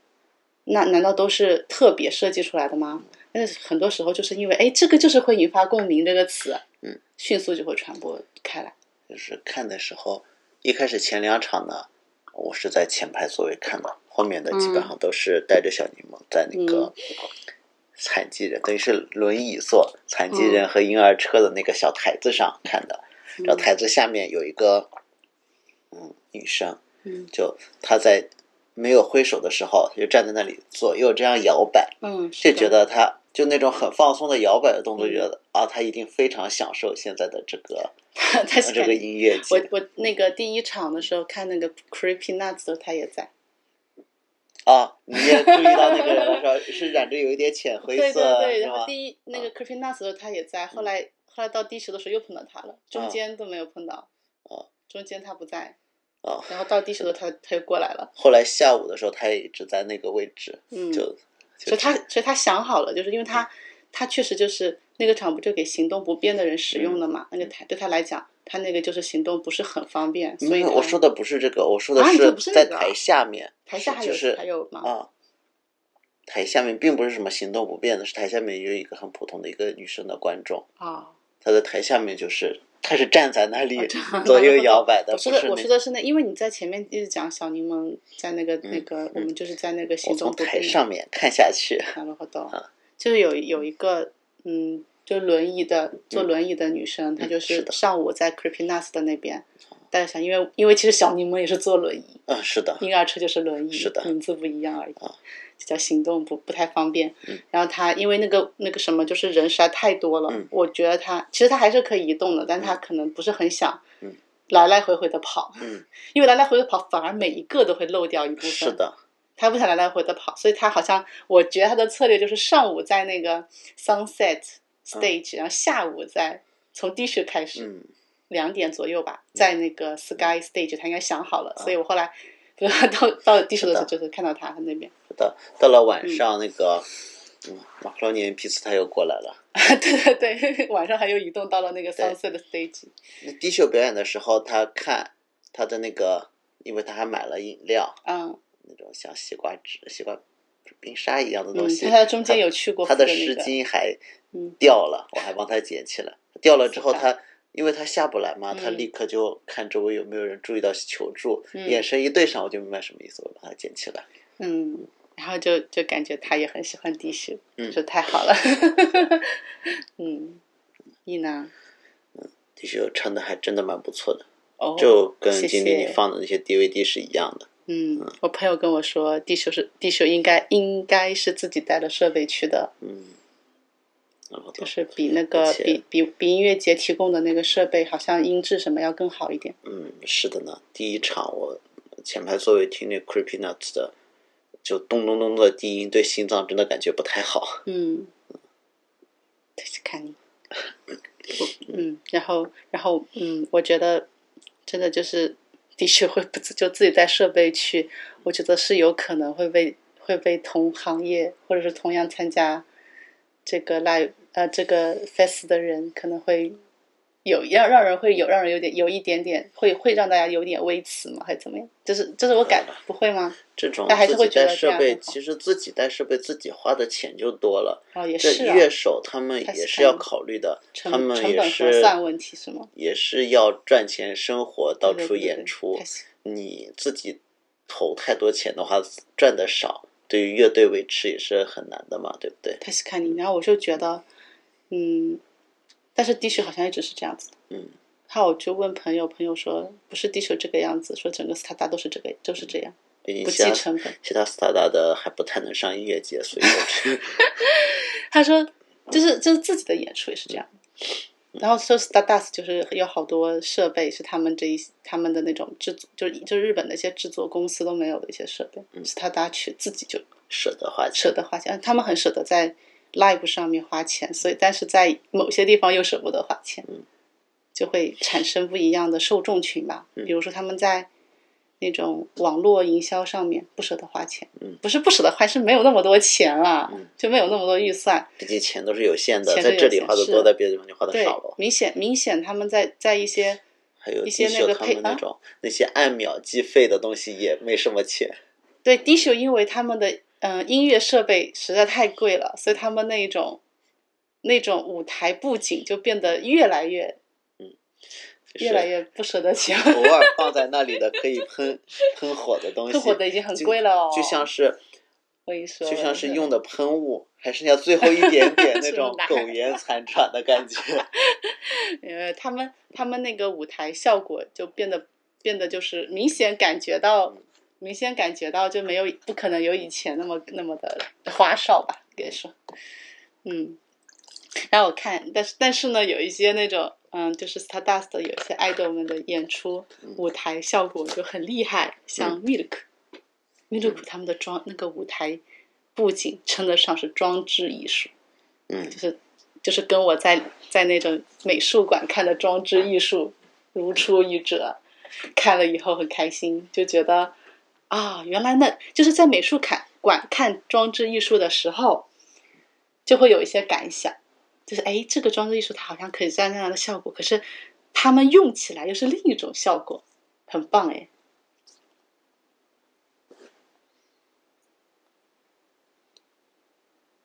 Speaker 2: 那难道都是特别设计出来的吗？但是很多时候就是因为，哎，这个就是会引发共鸣这个词，
Speaker 1: 嗯，
Speaker 2: 迅速就会传播开来。
Speaker 1: 就是看的时候，一开始前两场呢，我是在前排座位看的，后面的基本上都是带着小柠檬在那个嗯残疾人，等于是轮椅座残疾人和婴儿车的那个小台子上看的，然后台子下面有一个嗯女生，
Speaker 2: 嗯
Speaker 1: 就她在没有挥手的时候，她就站在那里左右这样摇摆，
Speaker 2: 嗯，是
Speaker 1: 就觉
Speaker 2: 的
Speaker 1: 得她就那种很放松的摇摆的动作，
Speaker 2: 嗯
Speaker 1: 觉得啊，她一定非常享受现在的这个呃
Speaker 2: 他是
Speaker 1: 这个音乐节
Speaker 2: 我我那个第一场的时候看那个 Creepy Nuts 的时候，他也在。
Speaker 1: 啊。你也注意到那个人了是吧？是染着有一点浅灰
Speaker 2: 对对
Speaker 1: 色，
Speaker 2: 对，
Speaker 1: 是嗯
Speaker 2: 然后
Speaker 1: 吗？
Speaker 2: 第一那个 Creepy Nuts 的时候他也在，后来后来到第十的时候又碰到他了，中
Speaker 1: 嗯
Speaker 2: 间都没有碰到。哦
Speaker 1: 啊
Speaker 2: 中间他不在，
Speaker 1: 啊，
Speaker 2: 然后到第十的时候他他又过来了。
Speaker 1: 后来下午的时候，他也一直在那个位置，
Speaker 2: 嗯，
Speaker 1: 就就
Speaker 2: 所以他所以他想好了，就是因为他、他确实就是那个场不就给行动不便的人使用的嘛，
Speaker 1: 嗯
Speaker 2: 那个台对他来讲，他那个就是行动不是很方便，所
Speaker 1: 没
Speaker 2: 以
Speaker 1: 有。
Speaker 2: 他
Speaker 1: 嗯我说的不是这个，我说的
Speaker 2: 啊你说不是那
Speaker 1: 在
Speaker 2: 个啊
Speaker 1: 台下面，
Speaker 2: 台下还有、
Speaker 1: 就是
Speaker 2: 还有吗？
Speaker 1: 啊，台下面并不是什么行动不便的，是台下面有一个很普通的一个女生的观众，
Speaker 2: 啊，
Speaker 1: 她在台下面就是她是站在那里
Speaker 2: 哦这 样
Speaker 1: 左右摇摆的，
Speaker 2: 我
Speaker 1: 不是
Speaker 2: 说的我
Speaker 1: 那
Speaker 2: 说的是那，因为你在前面一直讲小柠檬在那个、那个，我们就是在那个
Speaker 1: 嗯
Speaker 2: 行
Speaker 1: 我
Speaker 2: 动
Speaker 1: 从
Speaker 2: 不
Speaker 1: 台
Speaker 2: 便
Speaker 1: 上嗯面看下去，
Speaker 2: 然后到，就是有有一个嗯，就轮椅的坐轮椅的女生，她就是是
Speaker 1: 嗯的
Speaker 2: 上午在 Creepy Nuts 的那边。带着小，因为因为其实小柠檬也是坐轮椅，
Speaker 1: 嗯，是的，
Speaker 2: 婴儿车就是轮椅，
Speaker 1: 是的
Speaker 2: 名字不一样而已，
Speaker 1: 啊
Speaker 2: 就叫行动不不太方便。
Speaker 1: 嗯
Speaker 2: 然后他因为那个那个什么，就是人实在太多了，
Speaker 1: 嗯
Speaker 2: 我觉得他其实他还是可以移动的，但他可能不是很想
Speaker 1: 嗯
Speaker 2: 来来回回的跑，
Speaker 1: 嗯，
Speaker 2: 因为来来回回跑反而每一个都会漏掉一部分。
Speaker 1: 是，的，
Speaker 2: 他不想来来回的跑，所以他好像我觉得他的策略就是上午在那个 sunset stage，、然后下午在从 D 区开始，
Speaker 1: 嗯，
Speaker 2: 两点左右吧，在那个 Sky Stage，他应该想好了，所以
Speaker 1: 嗯
Speaker 2: 我后来， 对吧？到到第十的时候，就是看到他他那边，
Speaker 1: 是的。到了晚上，那个嗯，马克罗尼皮斯他又过来了。
Speaker 2: 对对对，晚上还有移动到了那个
Speaker 1: 对
Speaker 2: Sunset Stage，
Speaker 1: 那迪秀表演的时候，他看他的那个，因为他还买了饮料，
Speaker 2: 嗯
Speaker 1: 那种像西瓜汁、西瓜冰沙一样的
Speaker 2: 嗯
Speaker 1: 东，西。
Speaker 2: 他在中间有去过
Speaker 1: 他
Speaker 2: 那
Speaker 1: 的
Speaker 2: 个
Speaker 1: 湿巾还
Speaker 2: 嗯
Speaker 1: 掉了，我还帮他捡起来。掉了之后，
Speaker 2: 是的
Speaker 1: 他因为他下不来嘛，
Speaker 2: 嗯
Speaker 1: 他立刻就看周围有没有人注意到求助，
Speaker 2: 嗯
Speaker 1: 眼神一对上，我就明白什么意思，我把他捡起来。
Speaker 2: 嗯，然后就就感觉他也很喜欢第十，
Speaker 1: 嗯
Speaker 2: 说太好了， 嗯，你呢？
Speaker 1: 迪秀唱的还真的蛮不错的，
Speaker 2: 哦，
Speaker 1: 就跟
Speaker 2: 谢
Speaker 1: 今天
Speaker 2: 谢
Speaker 1: 你放的那些 DVD 是一样的。
Speaker 2: 嗯，我朋友跟我说，地球是地球应该应该是自己带了设备去的，
Speaker 1: 嗯，然后
Speaker 2: 就是比那个
Speaker 1: 而且
Speaker 2: 比比比音乐节提供的那个设备，好像音质什么要更好一点。
Speaker 1: 嗯，是的呢。第一场我前排座位听那 Creepy Nuts 的，就咚咚咚的低音，对心脏真的感觉不太好。
Speaker 2: 嗯，对，看你。 嗯，然后然后嗯，我觉得真的就是的确会不自就自己带设备去，我觉得是有可能会被会被同行业或者是同样参加这个 live 呃这个 fest 的人可能会。有让让人会有让人有点有一点点会会让大家有点微词吗？还是怎么样？就是就是我
Speaker 1: 啊
Speaker 2: 感不会吗？
Speaker 1: 这种
Speaker 2: 但还是
Speaker 1: 自
Speaker 2: 会
Speaker 1: 己
Speaker 2: 觉得
Speaker 1: 带
Speaker 2: 这
Speaker 1: 设
Speaker 2: 样
Speaker 1: 备，
Speaker 2: 很好
Speaker 1: 其实自己带设备自己花的钱就多了。
Speaker 2: 哦，也
Speaker 1: 这
Speaker 2: 是啊，
Speaker 1: 乐手他们
Speaker 2: 它
Speaker 1: 也
Speaker 2: 是
Speaker 1: 是要
Speaker 2: 成
Speaker 1: 考虑的，他
Speaker 2: 成
Speaker 1: 们
Speaker 2: 成
Speaker 1: 也
Speaker 2: 本核
Speaker 1: 是
Speaker 2: 算问题是吗？
Speaker 1: 也是要赚钱生活，到
Speaker 2: 对
Speaker 1: 处
Speaker 2: 对对
Speaker 1: 演
Speaker 2: 对
Speaker 1: 出。
Speaker 2: 还是
Speaker 1: 你自己投太多钱的话，赚的少，对于乐队维持也是很难的嘛，对不对？
Speaker 2: 他是看你，然后我就觉得，嗯，但是地球好像一直是这样子的。
Speaker 1: 嗯，
Speaker 2: 后来我就问朋友，朋友说不是地球这个样子，说整个斯塔达都是这个，就是这样，
Speaker 1: 毕竟
Speaker 2: 不
Speaker 1: 其
Speaker 2: 计
Speaker 1: 他
Speaker 2: 成本。
Speaker 1: 其他 star 大的还不太能上音乐节，所以我觉
Speaker 2: 他说，就是就是自己的演出也是这样。然后说 Stardust 就是有好多设备是他们这一他们的那种制作，就是就是日本的一些制作公司都没有的一些设备，是他大去自己就
Speaker 1: 舍得花钱。
Speaker 2: 舍得花钱，他们很舍得在 live 上面花钱，所以但是在某些地方又舍不得花钱，
Speaker 1: 嗯
Speaker 2: 就会产生不一样的受众群吧。
Speaker 1: 嗯
Speaker 2: 比如说他们在那种网络营销上面不舍得花钱，
Speaker 1: 嗯
Speaker 2: 不是不舍得花，是没有那么多钱啊，
Speaker 1: 嗯
Speaker 2: 就没有那么多预算。
Speaker 1: 毕竟钱都是有限的，
Speaker 2: 钱都
Speaker 1: 在
Speaker 2: 有
Speaker 1: 这里
Speaker 2: 限
Speaker 1: 花的
Speaker 2: 是啊
Speaker 1: 多，
Speaker 2: 的
Speaker 1: 在别的地方就花的
Speaker 2: 对
Speaker 1: 少，了。
Speaker 2: 明显明显他们在在一些
Speaker 1: 还有
Speaker 2: 一
Speaker 1: D
Speaker 2: 些那
Speaker 1: 秀
Speaker 2: 个
Speaker 1: 他
Speaker 2: 配
Speaker 1: 们
Speaker 2: 啊
Speaker 1: 那种那些按秒计费的东西也没什么 钱。
Speaker 2: 对 d i s h 因为他们的嗯、呃音乐设备实在太贵了，所以他们那种那种舞台布景就变得越来越
Speaker 1: 就是
Speaker 2: 越来越不舍得钱。
Speaker 1: 偶尔放在那里的可以喷 喷火的东西，
Speaker 2: 喷火的已经很贵了哦
Speaker 1: 就就像是
Speaker 2: 我跟你说，
Speaker 1: 就像是
Speaker 2: 真的
Speaker 1: 用的喷雾，还剩下最后一点 点那
Speaker 2: 是
Speaker 1: 种
Speaker 2: 吧
Speaker 1: 苟延残喘的感觉。
Speaker 2: 呃，他们他们那个舞台效果就变得变得就是明显感觉到，明显感觉到就没有不可能有以前那么那么的花哨吧，别说，嗯。然后我看，但是但是呢，有一些那种嗯，就是 Stardust 有一些 idol 们的演出
Speaker 1: 嗯
Speaker 2: 舞台效果就很厉害，像 Milk、Milk 他们的装那个舞台布景称得上是装置艺术。
Speaker 1: 嗯
Speaker 2: 就是就是跟我在在那种美术馆看的装置艺术如出一辙，看了以后很开心，就觉得啊，原来那就是在美术看馆看装置艺术的时候，就会有一些感想，就是哎，这个装置艺术它好像可以这样那样的效果，可是他们用起来又是另一种效果，很棒哎。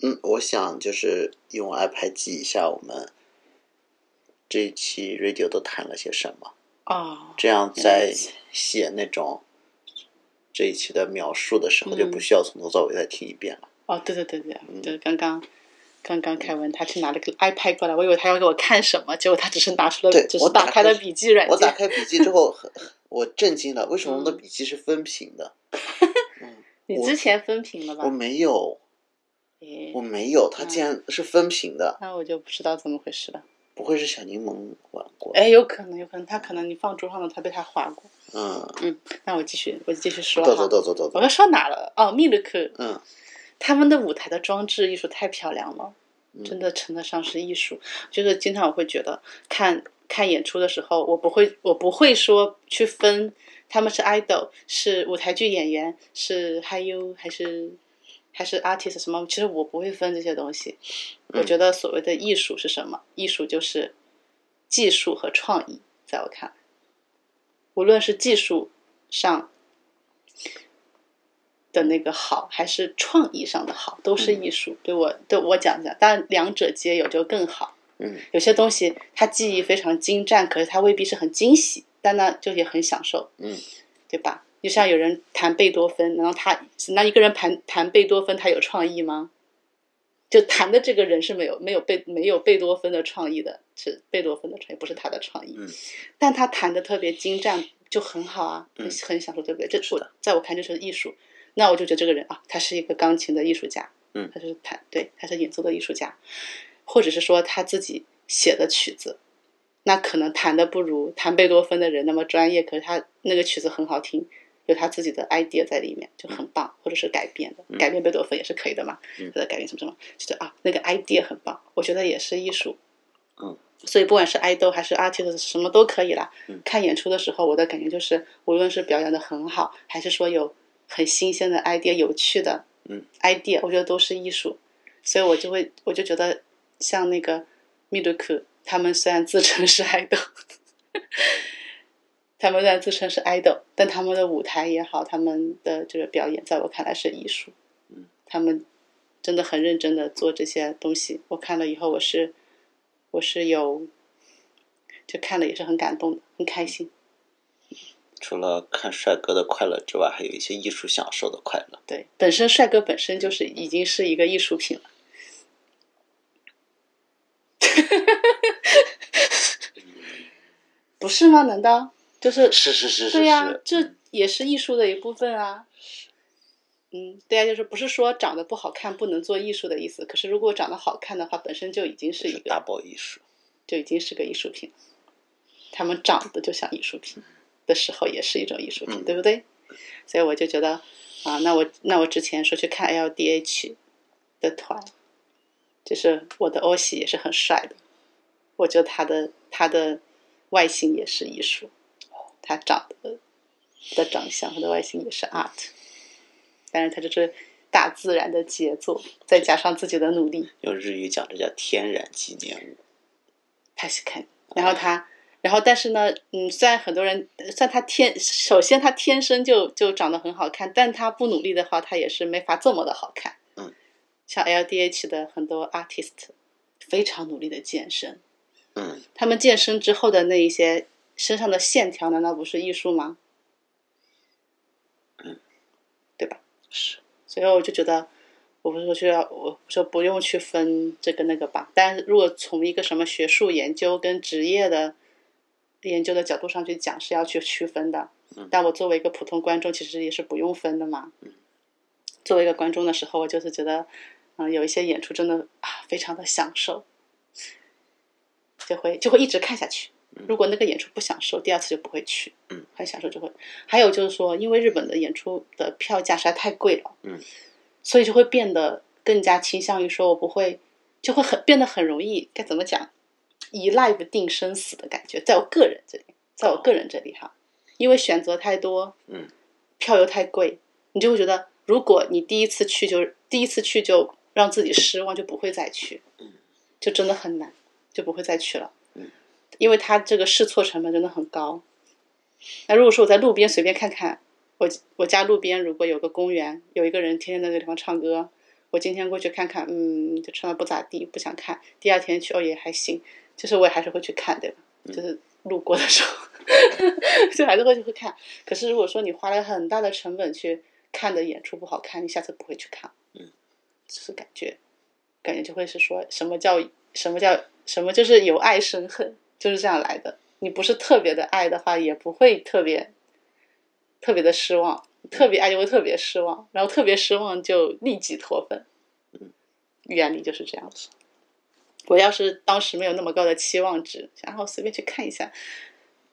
Speaker 1: 嗯，我想就是用 iPad 记一下我们这一期 radio 都谈了些什么，
Speaker 2: 哦，
Speaker 1: 这样
Speaker 2: 了
Speaker 1: 在
Speaker 2: 解
Speaker 1: 写那种这一期的描述的时候，就
Speaker 2: 嗯
Speaker 1: 不需要从头到尾再听一遍了。
Speaker 2: 哦，对对对对，对，刚刚刚刚凯文他去拿了个 iPad 过来，我以为他要给我看什么，结果他只是拿出了，
Speaker 1: 对
Speaker 2: 只
Speaker 1: 我
Speaker 2: 是
Speaker 1: 打
Speaker 2: 打开
Speaker 1: 开
Speaker 2: 了笔记软
Speaker 1: 我打
Speaker 2: 件。
Speaker 1: 开笔记之后，很我震惊了，为什么我们的
Speaker 2: 嗯
Speaker 1: 笔记是分屏的？
Speaker 2: 你
Speaker 1: 我
Speaker 2: 之前分屏了吧嗯
Speaker 1: 我？没有，
Speaker 2: 诶
Speaker 1: 我没有，它竟然是分屏的，
Speaker 2: 那我就不知道怎么回事了。
Speaker 1: 不会是小柠檬玩过？
Speaker 2: 哎，有可能，有可能，他可能你放桌上了，他被他划过。
Speaker 1: 嗯，
Speaker 2: 那我继续，我继续说
Speaker 1: 走走走
Speaker 2: 哈。
Speaker 1: 走走
Speaker 2: 我
Speaker 1: 走，
Speaker 2: 要说哪了？哦，Milk
Speaker 1: 嗯，
Speaker 2: 他们的舞台的装置艺术太漂亮了，
Speaker 1: 嗯
Speaker 2: 真的称得上是艺术。就是经常我会觉得看看演出的时候，我不会我不会说去分他们是 idol 是舞台剧演员是还有还是还是 artist 什么，其实我不会分这些东西。
Speaker 1: 嗯
Speaker 2: 我觉得所谓的艺术是什么？艺术就是技术和创意，在我看来，无论是技术上的那个好，还是创意上的好，都是艺术。对我对我讲讲，当然两者皆有就更好。
Speaker 1: 嗯，
Speaker 2: 有些东西它技艺非常精湛，可是它未必是很惊喜，但呢就也很享受。
Speaker 1: 嗯，
Speaker 2: 对吧？就像有人弹贝多芬，然后他那一个人弹弹贝多芬，他有创意吗？就弹的这个人是没有没有贝没有贝多芬的创意的，是贝多芬的创意，不是他的创意。
Speaker 1: 嗯，
Speaker 2: 但他弹的特别精湛，就很好啊，很
Speaker 1: 嗯
Speaker 2: 很享受，对不对？这是我在我看这是艺术，那我就觉得这个人啊，他是一个钢琴的艺术家，
Speaker 1: 嗯
Speaker 2: 他就是弹对，他是演奏的艺术家，或者是说他自己写的曲子，那可能弹的不如弹贝多芬的人那么专业，可是他那个曲子很好听，有他自己的 idea 在里面，就很棒，或者是改编的，
Speaker 1: 嗯
Speaker 2: 改编贝多芬也是可以的嘛，
Speaker 1: 嗯
Speaker 2: 或者改编什么什么，就是啊，那个 idea 很棒，我觉得也是艺术。
Speaker 1: 嗯，
Speaker 2: 所以不管是 idol 还是 artist，什么都可以啦。
Speaker 1: 嗯
Speaker 2: 看演出的时候，我的感觉就是，无论是表演的很好，还是说有很新鲜的 idea、有趣的
Speaker 1: 嗯
Speaker 2: idea，我觉得都是艺术。所以我就会，我就觉得像那个 Miduku，他们虽然自称是 idol，他们虽然自称是 idol，但他们的舞台也好，他们的这个表演，在我看来是艺术。
Speaker 1: 嗯，
Speaker 2: 他们真的很认真的做这些东西，我看了以后，我是我是有，就看了也是很感动的，很开心。
Speaker 1: 除了看帅哥的快乐之外，还有一些艺术享受的快乐。
Speaker 2: 对，本身帅哥本身就是已经是一个艺术品了。 不是吗？难道就是
Speaker 1: 是是是是
Speaker 2: 对呀、
Speaker 1: 是，嗯
Speaker 2: 这也是艺术的一部分啊。嗯，对呀、就是不是说长得不好看不能做艺术的意思。可是如果长得好看的话，本身就已经是
Speaker 1: 这
Speaker 2: 一
Speaker 1: 是
Speaker 2: 个
Speaker 1: 大爆艺术。
Speaker 2: 就已经是个艺术品了。他们长得就像艺术品的时候，也是一种艺术品，
Speaker 1: 嗯
Speaker 2: 对不对？所以我就觉得啊，那我那我之前说去看 LDH 的团，就是我的欧喜也是很帅的，我觉得他的他的外形也是艺术，他长得的长相和他的外形也是 art，但是他就是大自然的杰作，再加上自己的努力，
Speaker 1: 用日语讲，这叫天然纪念物。
Speaker 2: 他是肯，然后他，然后，但是呢，嗯，虽然很多人，算他天，首先他天生就就长得很好看，但他不努力的话，他也是没法这么的好看。
Speaker 1: 嗯，
Speaker 2: 像 LDH 的很多 artist 非常努力的健身，
Speaker 1: 嗯，
Speaker 2: 他们健身之后的那一些身上的线条，难道不是艺术吗？
Speaker 1: 嗯，
Speaker 2: 对吧？
Speaker 1: 是，
Speaker 2: 所以我就觉得，我不是说需要，我说不用去分这个那个吧。但是如果从一个什么学术研究跟职业的研究的角度上去讲，是要去区分的
Speaker 1: 嗯。
Speaker 2: 但我作为一个普通观众，其实也是不用分的嘛。作为一个观众的时候，我就是觉得，嗯，有一些演出真的啊，非常的享受，就会就会一直看下去。如果那个演出不享受，第二次就不会去。
Speaker 1: 嗯，
Speaker 2: 很享受就会。还有就是说，因为日本的演出的票价实在太贵了，
Speaker 1: 嗯，
Speaker 2: 所以就会变得更加倾向于说我不会，就会很变得很容易该怎么讲，依赖不定生死的感觉，在我个人这里，在我个人这里哈，因为选择太多，
Speaker 1: 嗯，
Speaker 2: 票又太贵，你就会觉得，如果你第一次去就第一次去就让自己失望，就不会再去，就真的很难，就不会再去了，
Speaker 1: 嗯，
Speaker 2: 因为它这个试错成本真的很高。那如果说我在路边随便看看，我我家路边如果有个公园，有一个人天天在那个地方唱歌，我今天过去看看，嗯，就唱的不咋地，不想看。第二天去，哦，也还行，就是我也还是会去看，对吧？就是路过的时候， 就还是会去看。可是如果说你花了很大的成本去看的演出不好看，你下次不会去看。
Speaker 1: 嗯，
Speaker 2: 就是感觉，感觉就会是说什么叫什么叫什么就是由爱生恨，就是这样来的。你不是特别的爱的话，也不会特别特别的失望，特别爱就会特别失望，然后特别失望就立即脱粉。原理就是这样子。我要是当时没有那么高的期望值，然后随便去看一下，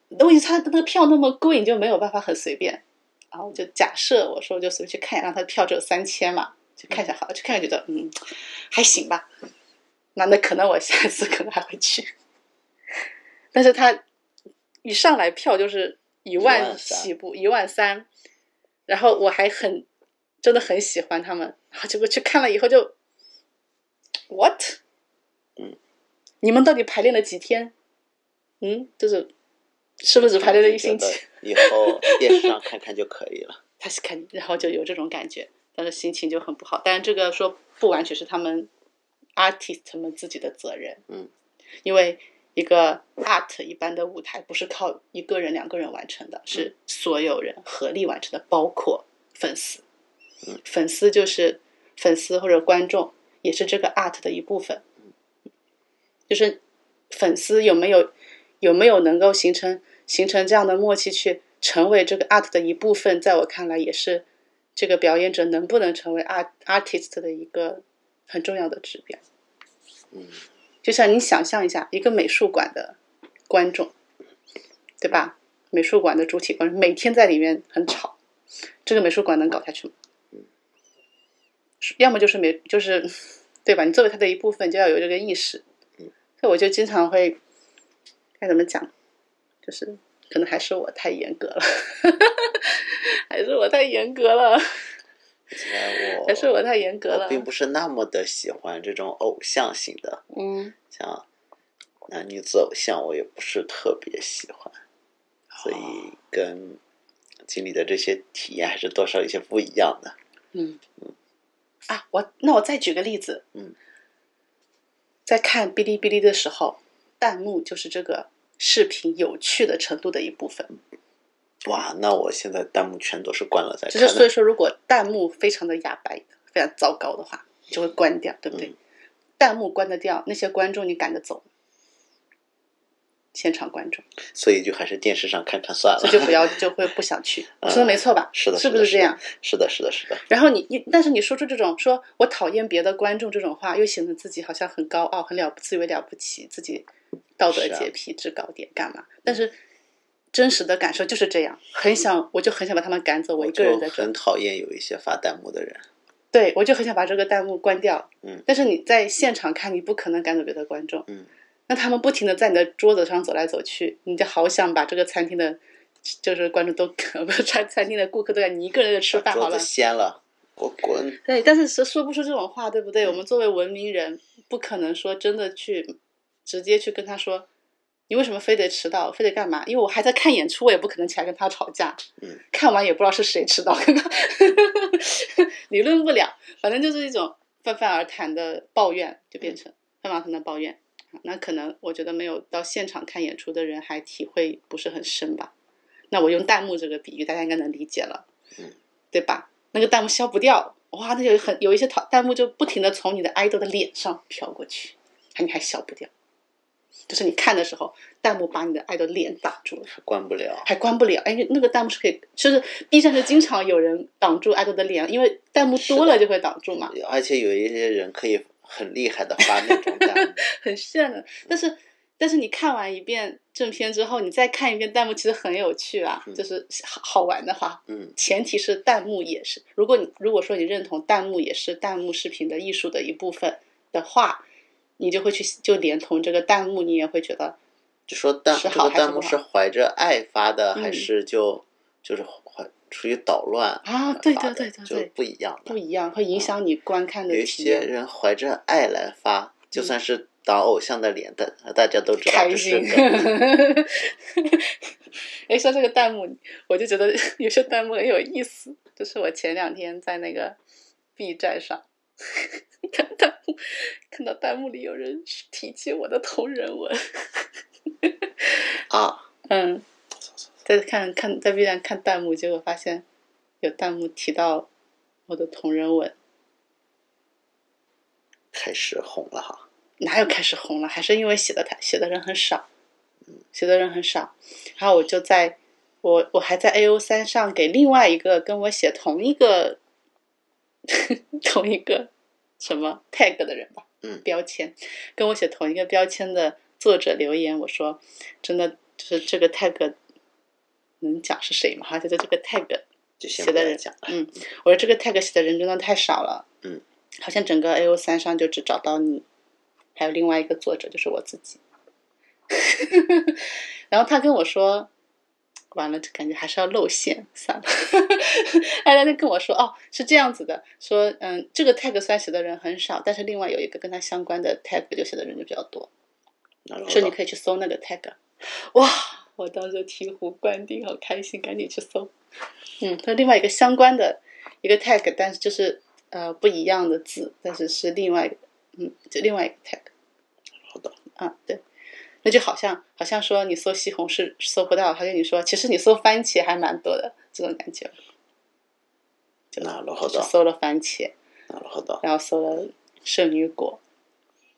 Speaker 2: 问题他那个票那么贵，你就没有办法很随便。然后我就假设我说我就随便去看一下，然后他的票只有三千嘛，去看一下好了，去看看觉得嗯还行吧。那那可能我下一次可能还会去，但是他一上来票就是一
Speaker 1: 13,000
Speaker 2: 万起步，一万三，然后我还很真的很喜欢他们，然后结果去看了以后就 what？
Speaker 1: 嗯，
Speaker 2: 你们到底排练了几天？嗯，就是是不是只排练了一星期？。
Speaker 1: 以后电视上看看就可以了。
Speaker 2: 他是肯，然后就有这种感觉，但是心情就很不好。但是这个说不完全是他们 artist 们自己的责任，
Speaker 1: 嗯，
Speaker 2: 因为一个 art 一般的舞台不是靠一个人、两个人完成
Speaker 1: 嗯
Speaker 2: 的，是所有人合力完成的，包括粉丝。
Speaker 1: 嗯
Speaker 2: 粉丝就是粉丝或者观众，也是这个 art 的一部分。就是粉丝有没有有没有能够形成形成这样的默契，去成为这个 art 的一部分，在我看来也是这个表演者能不能成为 art artist 的一个很重要的指标。
Speaker 1: 嗯，
Speaker 2: 就像你想象一下，一个美术馆的观众，对吧？美术馆的主体观众每天在里面很吵，这个美术馆能搞下去吗？是要么就是美，就是对吧？你作为它的一部分，就要有这个意识。所以我就经常会该怎么讲，就是可能还是我太严格了， 还是我太严格了，
Speaker 1: 虽然我
Speaker 2: 还是我太严格了
Speaker 1: 我。并不是那么的喜欢这种偶像型的，
Speaker 2: 嗯，
Speaker 1: 像男女子偶像，我也不是特别喜欢，所
Speaker 2: 哦
Speaker 1: 以跟经历的这些体验还是多少有些不一样的。
Speaker 2: 嗯啊，我那我再举个例子，
Speaker 1: 嗯，
Speaker 2: 在看哔哩哔哩的时候，弹幕就是这个视频有趣的程度的一部分。
Speaker 1: 哇，那我现在弹幕全都是关了再
Speaker 2: 就
Speaker 1: 看
Speaker 2: 是所以
Speaker 1: 的，
Speaker 2: 说，如果弹幕非常的哑巴、非常糟糕的话，就会关掉，对不对？
Speaker 1: 嗯
Speaker 2: 弹幕关得掉，那些观众你赶得走吗？现场观众，
Speaker 1: 所以就还是电视上看看算
Speaker 2: 所以就
Speaker 1: 了。
Speaker 2: 不要，就会不想 去。我说
Speaker 1: 嗯
Speaker 2: 的没错吧？
Speaker 1: 呃 是的，
Speaker 2: 是不
Speaker 1: 的
Speaker 2: 是这样？？
Speaker 1: 是的，是的，是的。
Speaker 2: 然后你你，但是你说出这种说我讨厌别的观众这种话，又显得自己好像很高傲、很了不自以为了不起，自己道德
Speaker 1: 是啊
Speaker 2: 洁癖制高点干嘛？但是真实的感受就是这样，很想我就很想把他们赶走，我
Speaker 1: 我
Speaker 2: 一个人
Speaker 1: 就
Speaker 2: 在这儿
Speaker 1: 很讨厌有一些发弹幕的人，
Speaker 2: 对，我就很想把这个弹幕关掉。
Speaker 1: 嗯，
Speaker 2: 但是你在现场看，你不可能赶走别的观众。
Speaker 1: 嗯，
Speaker 2: 那他们不停的在你的桌子上走来走去，你就好想把这个餐厅的，就是观众都 不是餐餐厅的顾客都在你一个人在吃
Speaker 1: 把
Speaker 2: 饭好
Speaker 1: 桌
Speaker 2: 了
Speaker 1: 子。掀了，给我滚！
Speaker 2: 对，但是说说不出这种话，对不
Speaker 1: 嗯
Speaker 2: 对？我们作为文明人，不可能说真的去直接去跟他说，你为什么非得迟到，非得干嘛？因为我还在看演出，我也不可能起来跟他吵架。
Speaker 1: 嗯，
Speaker 2: 看完也不知道是谁迟到，跟他 理论不了。反正就是一种泛泛而谈的抱怨，就变成泛泛而谈的抱怨。那可能我觉得没有到现场看演出的人还体会不是很深吧。那我用弹幕这个比喻，大家应该能理解了，
Speaker 1: 嗯，
Speaker 2: 对吧？那个弹幕消不掉，哇，那就很有一些弹弹幕就不停的从你的 idol 的脸上飘过去，还你还消不掉，就是你看的时候，弹幕把你的 idol 脸挡住了。
Speaker 1: 关不了。
Speaker 2: 还关不了，哎，那个弹幕是可以，就是 B 站是经常有人挡住爱豆的脸，因为弹幕多了就会挡住嘛。
Speaker 1: 而且有一些人可以很厉害的发那种弹
Speaker 2: 很炫的。但是但是你看完一遍正片之后，你再看一遍弹幕，其实很有趣啊，
Speaker 1: 嗯
Speaker 2: 就是 好好玩的话。
Speaker 1: 嗯，
Speaker 2: 前提是弹幕也是，如果你如果说你认同弹幕也是弹幕视频的艺术的一部分的话，你就会去就连同这个弹幕，你也会觉得
Speaker 1: 就说弹
Speaker 2: 是
Speaker 1: 这
Speaker 2: 好
Speaker 1: 个
Speaker 2: 还是
Speaker 1: 弹幕
Speaker 2: 不好
Speaker 1: 是怀着爱发的，
Speaker 2: 嗯
Speaker 1: 还是就就是怀出于捣乱
Speaker 2: 啊，
Speaker 1: 发
Speaker 2: 对对
Speaker 1: 的，
Speaker 2: 对对
Speaker 1: 就
Speaker 2: 对，
Speaker 1: 不一样
Speaker 2: 不
Speaker 1: 的。
Speaker 2: 一样，会影响你观看
Speaker 1: 有
Speaker 2: 的
Speaker 1: 一
Speaker 2: 体
Speaker 1: 些
Speaker 2: 验。嗯
Speaker 1: 人怀着爱来发，就算是挡偶像的脸，但大家都知道
Speaker 2: 开
Speaker 1: 这是
Speaker 2: 心
Speaker 1: 个。
Speaker 2: 哎，说这个弹幕，我就觉得 有些弹幕很有意思。就是我前两天在那个 B 站上看弹幕，看到弹幕里有人提及我的同人文，
Speaker 1: 啊，
Speaker 2: 嗯，在看看在 B 站看弹幕，结果发现有弹幕提到我的同人文，
Speaker 1: 开始红了哈。
Speaker 2: 哪有开始红了？还是因为写的太写的人很少，写的人很少。然后我就在我我还在 A O 三上给另外一个跟我写同一个 同一个什么 tag 的人吧，
Speaker 1: 嗯
Speaker 2: 标签跟我写同一个标签的作者留言，我说真的就是这个 tag 能讲是谁吗？哈，就是这个 tag
Speaker 1: 就先不
Speaker 2: 写的
Speaker 1: 要
Speaker 2: 人
Speaker 1: 讲了，
Speaker 2: 嗯，我说这个 tag 写的人真的太少了。
Speaker 1: 嗯，
Speaker 2: 好像整个 A O 三上就只找到你，还有另外一个作者就是我自己。 然后他跟我说，完了，感觉还是要露馅，算了。 哎，他就跟我说，哦，是这样子的，说，嗯，这个 tag 虽然写的人很少，但是另外有一个跟他相关的 tag 就写的人就比较多。
Speaker 1: 然后
Speaker 2: 说你可以去搜那个 tag。哇，我当时醍醐灌顶，好开心，赶紧去搜。嗯，它另外一个相关的一个 tag，但是就是呃不一样的字，但是是另外一个嗯，就另外一个 tag
Speaker 1: 好的，
Speaker 2: 啊，对。那就好像好像说你搜西红柿搜不到，他跟你说其实你搜番茄还蛮多的这种感觉，就
Speaker 1: 那了好
Speaker 2: 就是
Speaker 1: 的，
Speaker 2: 搜了番茄，
Speaker 1: 那了好的，
Speaker 2: 然后搜了圣女果，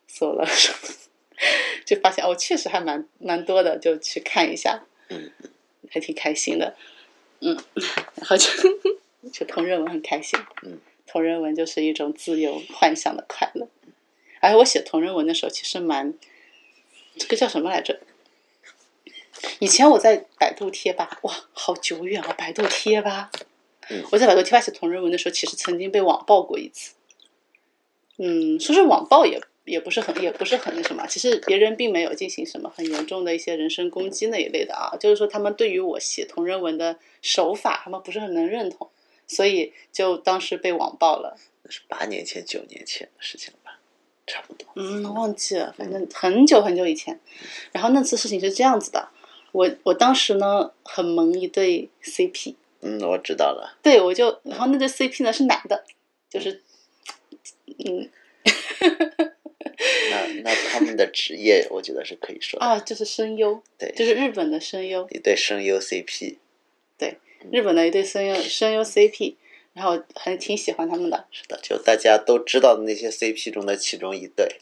Speaker 2: 搜了什么，就发现哦，确实还蛮蛮多的，就去看一下，
Speaker 1: 嗯，
Speaker 2: 还挺开心的，嗯，然后就 就同人文很开心，
Speaker 1: 嗯，
Speaker 2: 同人文就是一种自由幻想的快乐，而且我写同人文的时候，其实蛮这个叫什么来着？以前我在百度贴吧，哇，好久远啊！百度贴吧，
Speaker 1: 嗯
Speaker 2: 我在百度贴吧写同人文的时候，其实曾经被网暴过一次。嗯，说是网暴也也不是很也不是很那什么，其实别人并没有进行什么很严重的一些人身攻击那一类的啊，就是说他们对于我写同人文的手法，他们不是很能认同，所以就当时被网暴了。
Speaker 1: 那是八年前、九年前的事情吧，差不多。
Speaker 2: 嗯，忘记了，反正很久很久以前。然后那次事情是这样子的，我我当时呢很萌一对 CP，
Speaker 1: 嗯，我知道了。
Speaker 2: 对我就，然后那对 CP 呢是男的，就是嗯
Speaker 1: 那那他们的职业，我觉得是可以说的。
Speaker 2: 啊，就是声优，
Speaker 1: 对，
Speaker 2: 就是日本的声优，
Speaker 1: 一对声优 CP，
Speaker 2: 日本的一对声优声优 CP，然后很挺喜欢他们的。
Speaker 1: 是的，就大家都知道的那些 CP 中的其中一对。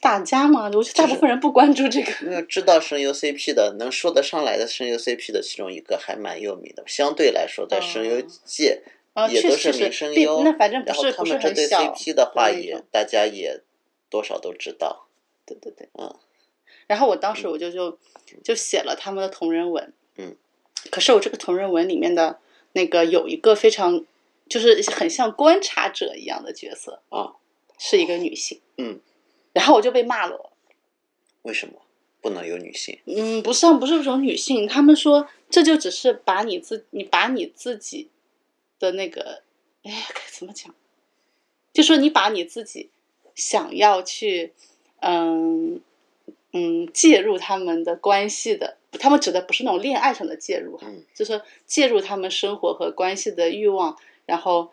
Speaker 2: 大家嘛，我觉得大部分人不关注这个。
Speaker 1: 因为知道声优 CP 的，能说得上来的声优 CP 的其中一个还蛮有名的，相对来说在声优界
Speaker 2: 嗯啊，
Speaker 1: 也
Speaker 2: 确
Speaker 1: 都
Speaker 2: 实
Speaker 1: 名
Speaker 2: 是，
Speaker 1: 声
Speaker 2: 对
Speaker 1: 优。，
Speaker 2: 那反正不
Speaker 1: 然
Speaker 2: 是
Speaker 1: 后他
Speaker 2: 不是
Speaker 1: 们这
Speaker 2: 很
Speaker 1: 对
Speaker 2: 小
Speaker 1: CP 的话
Speaker 2: 那一
Speaker 1: 也
Speaker 2: 种，
Speaker 1: 大家也多少都知道。
Speaker 2: 对对对，
Speaker 1: 嗯。
Speaker 2: 然后我当时我就就就写了他们的同人文，
Speaker 1: 嗯，
Speaker 2: 可是我这个同人文里面的那个有一个非常就是很像观察者一样的角色
Speaker 1: 啊，
Speaker 2: 是一个女性，
Speaker 1: 嗯，
Speaker 2: 然后我就被骂了，
Speaker 1: 为什么不能有女性？
Speaker 2: 嗯，不是啊，不是这种女性，他们说这就只是把你自你把你自己的那个，哎，该怎么讲？就说你把你自己想要去，嗯嗯介入他们的关系的，他们指的不是那种恋爱上的介入哈，
Speaker 1: 嗯
Speaker 2: 就是说介入他们生活和关系的欲望，然后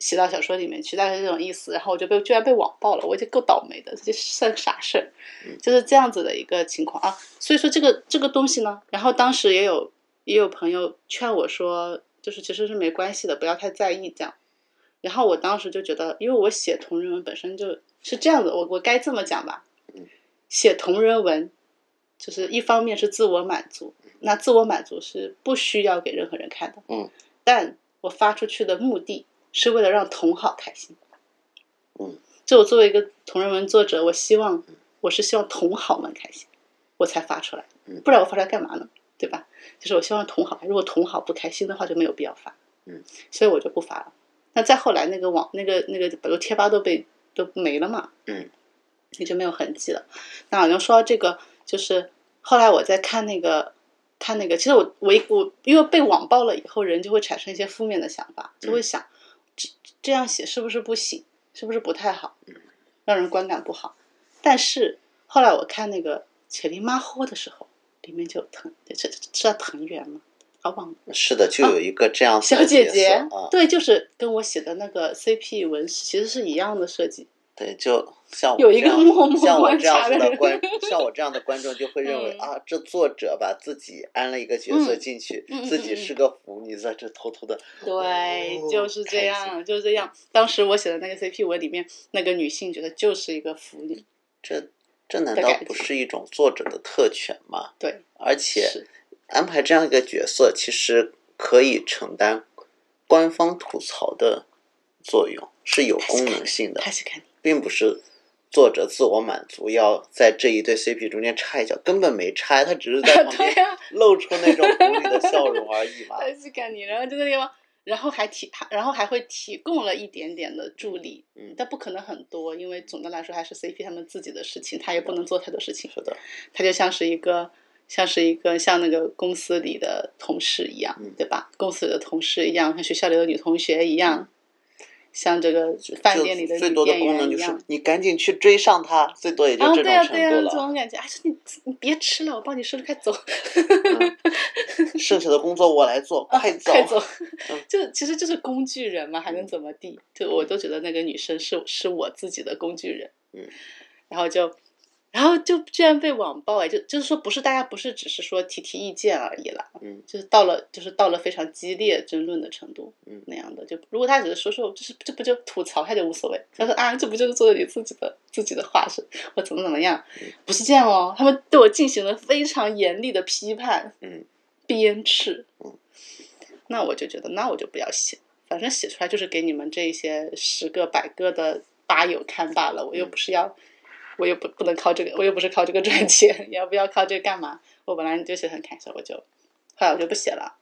Speaker 2: 写到小说里面去，大概是这种意思。然后我就被居然被网暴了，我就够倒霉的，这算个啥事儿
Speaker 1: 嗯？
Speaker 2: 就是这样子的一个情况啊。所以说这个这个东西呢，然后当时也有也有朋友劝我说，就是其实是没关系的，不要太在意这样。然后我当时就觉得，因为我写同人文本身就是这样子，我我该这么讲吧
Speaker 1: 嗯。
Speaker 2: 写同人文，就是一方面是自我满足，那自我满足是不需要给任何人看的。
Speaker 1: 嗯，
Speaker 2: 但我发出去的目的是为了让同好开心。
Speaker 1: 嗯，
Speaker 2: 就我作为一个同人文作者，我希望我是希望同好们开心，我才发出来
Speaker 1: 嗯，
Speaker 2: 不然我发出来干嘛呢？对吧？就是我希望同好，如果同好不开心的话，就没有必要发。
Speaker 1: 嗯，
Speaker 2: 所以我就不发了。那再后来，那个网、那个那个百度贴吧都被都没了嘛，
Speaker 1: 嗯，
Speaker 2: 也就没有痕迹了。那好像说到这个，就是后来我在看那个看那个，其实我我一我因为被网暴了以后，人就会产生一些负面的想法，
Speaker 1: 嗯
Speaker 2: 就会想、这这样写是不是不行，是不是不太好，
Speaker 1: 嗯
Speaker 2: 让人观感不好。但是后来我看那个《铁力马霍》的时候，里面就有藤，这这这叫藤原吗？啊，忘了。
Speaker 1: 是的，就有一个这样子的
Speaker 2: 小姐
Speaker 1: 角色
Speaker 2: 姐，嗯
Speaker 1: 啊，
Speaker 2: 对，就是跟我写的那个 CP 文其实是一样的设计，
Speaker 1: 对，就像我
Speaker 2: 有一
Speaker 1: 这样
Speaker 2: 个默默
Speaker 1: 像我
Speaker 2: 观
Speaker 1: 这样
Speaker 2: 察
Speaker 1: 子
Speaker 2: 的
Speaker 1: 的
Speaker 2: 人
Speaker 1: 观，像我这样的观众就会认为
Speaker 2: 嗯
Speaker 1: 啊，这作者把自己安了一个角色
Speaker 2: 嗯
Speaker 1: 进去
Speaker 2: 嗯嗯，
Speaker 1: 自
Speaker 2: 嗯
Speaker 1: 己
Speaker 2: 嗯
Speaker 1: 是个伏，你在这偷偷的，
Speaker 2: 对，
Speaker 1: 哦
Speaker 2: 就是这
Speaker 1: 开
Speaker 2: 样，就是这样。当时我写的那个 CP 文里面，那个女性觉得就是一个腐女，
Speaker 1: 这这难
Speaker 2: 的
Speaker 1: 道
Speaker 2: 感
Speaker 1: 不
Speaker 2: 觉
Speaker 1: 是一种作者的特权吗？
Speaker 2: 对，
Speaker 1: 而且
Speaker 2: 是，
Speaker 1: 安排这样一个角色，其实可以承担官方吐槽的作用，是有功能性的
Speaker 2: 他，是看你，
Speaker 1: 并不是作者自我满足，要在这一对 CP 中间插一脚，根本没插，他只是在旁
Speaker 2: 对
Speaker 1: 边
Speaker 2: 呀、
Speaker 1: 露出那种狐狸的笑容而已 嘛。
Speaker 2: 他是看你，然后就那个地方，然后还提，还然后还会提供了一点点的助力，
Speaker 1: 嗯
Speaker 2: 但不可能很多，因为总的来说还是 CP 他们自己的事情，他也不能做太多事情。
Speaker 1: 是的，
Speaker 2: 他就像是一个像是一个像那个公司里的同事一样，
Speaker 1: 嗯
Speaker 2: 对吧？公司里的同事一样，像学校里的女同学一样，像这个
Speaker 1: 嗯就
Speaker 2: 饭店里
Speaker 1: 就
Speaker 2: 的
Speaker 1: 最
Speaker 2: 女
Speaker 1: 多的
Speaker 2: 店
Speaker 1: 功能
Speaker 2: 员一
Speaker 1: 就是
Speaker 2: 样。
Speaker 1: 你赶紧去追上他，最多也就
Speaker 2: 啊，
Speaker 1: 这
Speaker 2: 对
Speaker 1: 种
Speaker 2: 呀、
Speaker 1: 程
Speaker 2: 对呀、
Speaker 1: 度
Speaker 2: 这
Speaker 1: 了。
Speaker 2: 种感觉，哎，说你你别吃了，我帮你收拾，快走，
Speaker 1: 剩下的工作我来 做， 快走。
Speaker 2: 哦快走，
Speaker 1: 嗯
Speaker 2: 就其实就是工具人嘛，还能怎么地？就我都觉得那个女生是是我自己的工具人，
Speaker 1: 嗯，
Speaker 2: 然后就。然后就居然被网暴哎，就就是说不是大家不是只是说提提意见而已啦，
Speaker 1: 嗯，
Speaker 2: 就是到了就是到了非常激烈争论的程度，
Speaker 1: 嗯
Speaker 2: 那样的就如果他只是说说，就是这不就吐槽他就无所谓，他说啊这不就是做你自己的自己的话是，我怎么怎么样，不是这样哦，他们对我进行了非常严厉的批判，
Speaker 1: 嗯，
Speaker 2: 鞭笞，
Speaker 1: 嗯，
Speaker 2: 那我就觉得那我就不要写，反正写出来就是给你们这一些十个百个的吧友看罢了，
Speaker 1: 嗯
Speaker 2: 我又不是要。我又不不能靠这个，我又不是靠这个赚钱，也不要靠这个干嘛？我本来就写得很开心，我就后来我就不写了。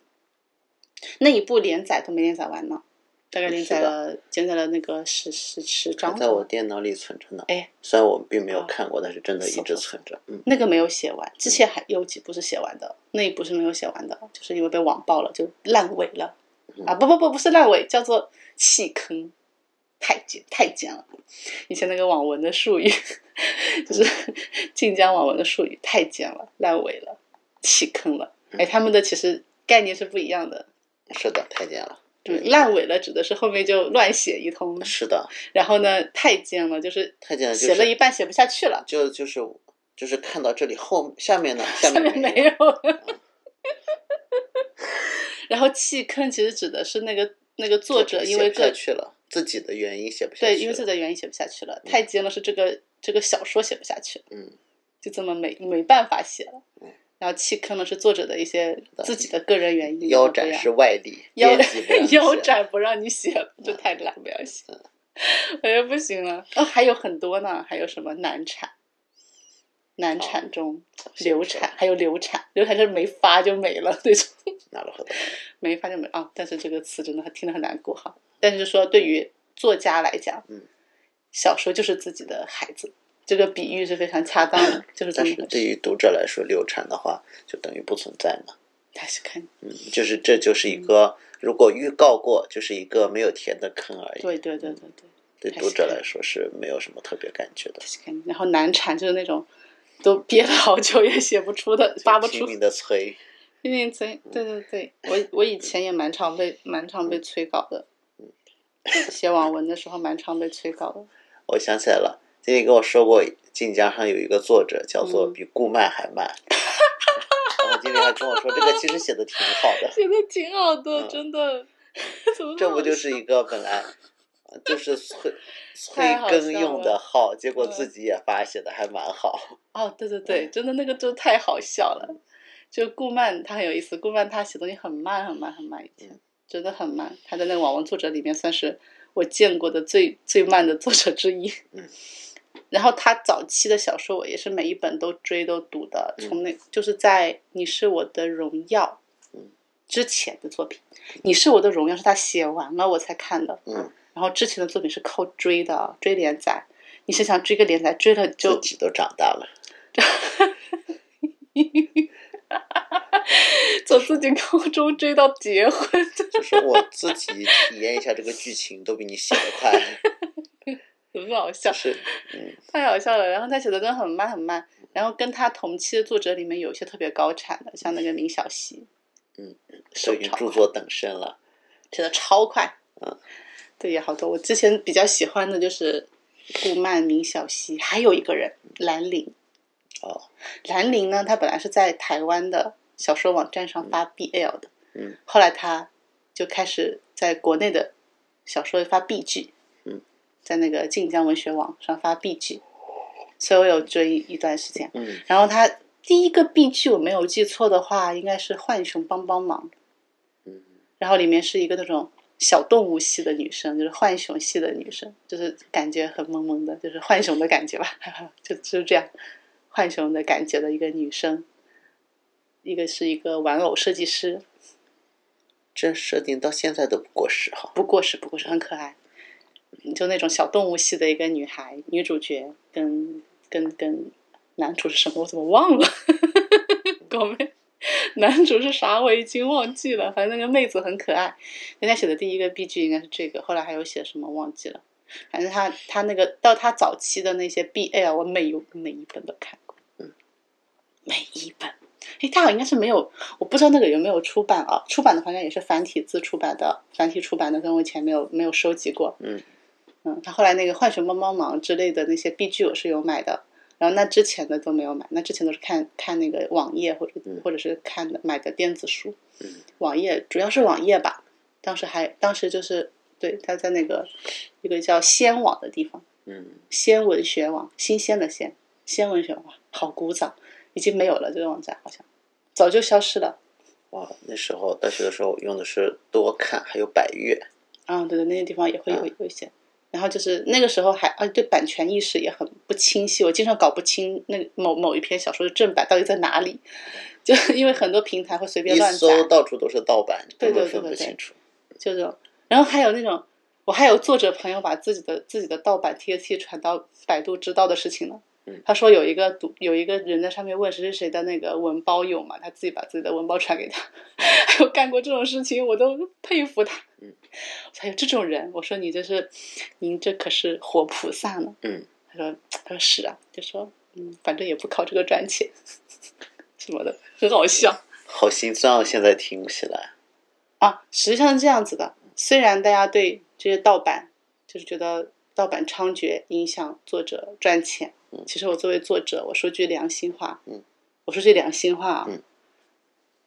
Speaker 2: 那一部连载都没连载完呢，大概连载了连载了那个十十十章
Speaker 1: 还在我
Speaker 2: 左右，
Speaker 1: 电脑里存着呢。
Speaker 2: 哎，
Speaker 1: 虽然我并没有
Speaker 2: 啊
Speaker 1: 看过，但是真的一
Speaker 2: 搜
Speaker 1: 直
Speaker 2: 搜
Speaker 1: 存着。嗯，
Speaker 2: 那个没有写完，之前还有几部是写完的，那一部是没有写完的，就是因为被网暴了，就烂尾了
Speaker 1: 嗯
Speaker 2: 啊！不不不，不是烂尾，叫做弃坑，太监太监了，以前那个网文的术语， 就是晋江网文的术语，太监了，烂尾了，弃坑了，哎，他们的其实概念是不一样的。
Speaker 1: 是的，太监了。
Speaker 2: 对，烂尾了指的是后面就乱写一通，
Speaker 1: 是的，
Speaker 2: 然后呢太监了，就是
Speaker 1: 太监了就是
Speaker 2: 写了一半写不下去了，
Speaker 1: 就就是就是看到这里后下面呢，下
Speaker 2: 下面
Speaker 1: 面
Speaker 2: 没
Speaker 1: 有。
Speaker 2: 有 了。然后弃坑其实指的是那个那个作者因为
Speaker 1: 写不下
Speaker 2: 个
Speaker 1: 去了，自己的嗯原因写不下去了。
Speaker 2: 对因为自己的原因写不下去了，太监了是这个这个小说写不下去了，
Speaker 1: 嗯，
Speaker 2: 就这么没没办法写了
Speaker 1: 嗯。
Speaker 2: 然后弃坑呢是作者的一些
Speaker 1: 的
Speaker 2: 自己的个人原因，
Speaker 1: 腰
Speaker 2: 然后
Speaker 1: 斩
Speaker 2: 这样
Speaker 1: 是外力，
Speaker 2: 腰
Speaker 1: 编辑不让你写 嗯
Speaker 2: 腰。斩不让你写了，就太烂，不要写。我觉得不行了。哦，还有很多呢，还有什么难产、
Speaker 1: 哦
Speaker 2: 难产中、流产，还有流产，流产就是没发就没了那种，
Speaker 1: 拿 了合同。
Speaker 2: 没发就没啊。但是这个词真的听得很难过哈。但是说对于作家来讲，
Speaker 1: 嗯，
Speaker 2: 小说就是自己的孩子，这个比喻是非常恰当 的，就是这
Speaker 1: 但
Speaker 2: 么
Speaker 1: 是
Speaker 2: 回
Speaker 1: 对
Speaker 2: 事。
Speaker 1: 于读者来说，流产的话就等于不存在嘛。
Speaker 2: 他是看，
Speaker 1: 嗯，就是这就是
Speaker 2: 嗯
Speaker 1: 一个如果预告过，就是一个没有填的坑而已。
Speaker 2: 对对对对对。
Speaker 1: 对嗯
Speaker 2: 还
Speaker 1: 读
Speaker 2: 是
Speaker 1: 者
Speaker 2: 看
Speaker 1: 来说是没有什么特别感觉的。
Speaker 2: 然后难产就是那种都憋了好久也写不出的，发不出
Speaker 1: 拼。命的催，
Speaker 2: 因为
Speaker 1: 嗯
Speaker 2: 催，对对对，我我以前也蛮常被蛮常被催稿的，
Speaker 1: 嗯
Speaker 2: 写网文的时候蛮常被催稿 的。
Speaker 1: 我想起来了，今天跟我说过，晋江上有一个作者叫做
Speaker 2: 嗯
Speaker 1: 比顾漫还 慢，然后今天还跟我说，这个其实写的挺好的，
Speaker 2: 写的挺好的，
Speaker 1: 嗯
Speaker 2: 真的。怎么
Speaker 1: 这
Speaker 2: 么
Speaker 1: 不就
Speaker 2: 好
Speaker 1: 是
Speaker 2: 笑
Speaker 1: 一个本来呃就是催催
Speaker 2: 太好
Speaker 1: 更
Speaker 2: 笑
Speaker 1: 用
Speaker 2: 了
Speaker 1: 的号，结果自
Speaker 2: 嗯
Speaker 1: 己也发写的还蛮好。
Speaker 2: 哦，对对对，真的那个就太好笑了。就顾漫他很有意思，顾漫他写东西很慢很慢很慢，以前
Speaker 1: 嗯
Speaker 2: 真的很慢。他在那个网文作者里面算是我见过的最最慢的作者之一。
Speaker 1: 嗯。
Speaker 2: 然后他早期的小说我也是每一本都追都读的，
Speaker 1: 嗯
Speaker 2: 从那就是在《你是我的荣耀
Speaker 1: 嗯》
Speaker 2: 之前的作品，《你是我的荣耀》是他写完了我才看的。
Speaker 1: 嗯。
Speaker 2: 然后之前的作品是靠追的，追连载。你是想追个连载，追了 就
Speaker 1: 自己都长大了，
Speaker 2: 从自己高中追到结婚，
Speaker 1: 就是我自己体验一下这个剧情都比你写的 快，
Speaker 2: 很好笑
Speaker 1: 就， 是嗯
Speaker 2: 太好笑了。然后他写的真的很慢很慢，然后跟他同期的作者里面有一些特别高产的，像那个林小溪，
Speaker 1: 嗯，
Speaker 2: 手
Speaker 1: 都已经
Speaker 2: 抄
Speaker 1: 著作等身了。
Speaker 2: 写的超快，
Speaker 1: 嗯，
Speaker 2: 对，也好多。我之前比较喜欢的就是顾漫、林小溪，还有一个人兰陵。
Speaker 1: 哦，
Speaker 2: 兰陵呢，他本来是在台湾的小说网站上发 BL 的，
Speaker 1: 嗯，
Speaker 2: 后来他就开始在国内的小说发 BG，
Speaker 1: 嗯，
Speaker 2: 在那个晋江文学网上发 BG，所以我有追一段时间。
Speaker 1: 嗯
Speaker 2: 然后他第一个 BG 我没有记错的话，应该是《浣熊帮帮忙》，
Speaker 1: 嗯，
Speaker 2: 然后里面是一个那种小动物系的女生，就是浣熊系的女生，就是感觉很萌萌的，就是浣熊的感觉吧， 就就是这样，浣熊的感觉的一个女生，一个是一个玩偶设计师，
Speaker 1: 这设定到现在都不过时哈。
Speaker 2: 不过是不过是很可爱，就那种小动物系的一个女孩，女主角跟跟跟男主是什么我怎么忘了？ 狗妹，男主是啥我已经忘记了，反正那个妹子很可爱。人家写的第一个 B G 应该是这个，后来还有写什么忘记了。反正他他那个到他早期的那些 B L，我每一每一本都看过，
Speaker 1: 嗯，
Speaker 2: 每一本。哎，他好像应该是没有我不知道那个有没有出版啊？出版的话应该也是繁体字出版的，繁体出版的，但我以前没有没有收集过。
Speaker 1: 嗯
Speaker 2: 嗯，他后来那个《浣熊帮帮忙》之类的那些 B G 我是有买的，然后那之前的都没有买，那之前都是看看那个网页或者
Speaker 1: 嗯
Speaker 2: 或者是看的买的电子书。
Speaker 1: 嗯
Speaker 2: 网页主要是网页吧，当时还当时就是对他在那个一个叫仙网的地方。
Speaker 1: 嗯，
Speaker 2: 鲜文学网，新鲜的鲜，鲜文学网，好古早，已经没有了这个网站，好像早就消失了。
Speaker 1: 哇，那时候大学的时候我用的是多看，还有百阅。
Speaker 2: 啊，对对，那些地方也
Speaker 1: 嗯
Speaker 2: 会有有一些。然后就是那个时候还啊，对版权意识也很不清晰，我经常搞不清那个某某一篇小说的正版到底在哪里， 就因为很多平台会随便
Speaker 1: 一
Speaker 2: 乱
Speaker 1: 搜
Speaker 2: 载，
Speaker 1: 到处都是盗版，
Speaker 2: 对
Speaker 1: 根本
Speaker 2: 对对
Speaker 1: 分不
Speaker 2: 对对
Speaker 1: 清楚。
Speaker 2: 就这种。然后还有那种，我还有作者朋友把自己的自己的盗版 TST 传到百度知道的事情呢
Speaker 1: 嗯。
Speaker 2: 他说有一个读有一个人在上面问谁谁谁的那个文包有嘛，他自己把自己的文包传给他， 还有干过这种事情，我都佩服他
Speaker 1: 嗯。
Speaker 2: 还有这种人，我说你这是，您这可是活菩萨呢。
Speaker 1: 嗯，
Speaker 2: 他说他说是啊，就说嗯，反正也不靠这个赚钱， 什么的，很好笑。
Speaker 1: 好心酸哦，现在听起来。
Speaker 2: 啊，实际上是这样子的。虽然大家对这些盗版，就是觉得盗版猖獗，影响作者赚钱。
Speaker 1: 嗯
Speaker 2: 其实我作为作者，我说句良心话，
Speaker 1: 嗯，
Speaker 2: 我说句良心话啊，
Speaker 1: 嗯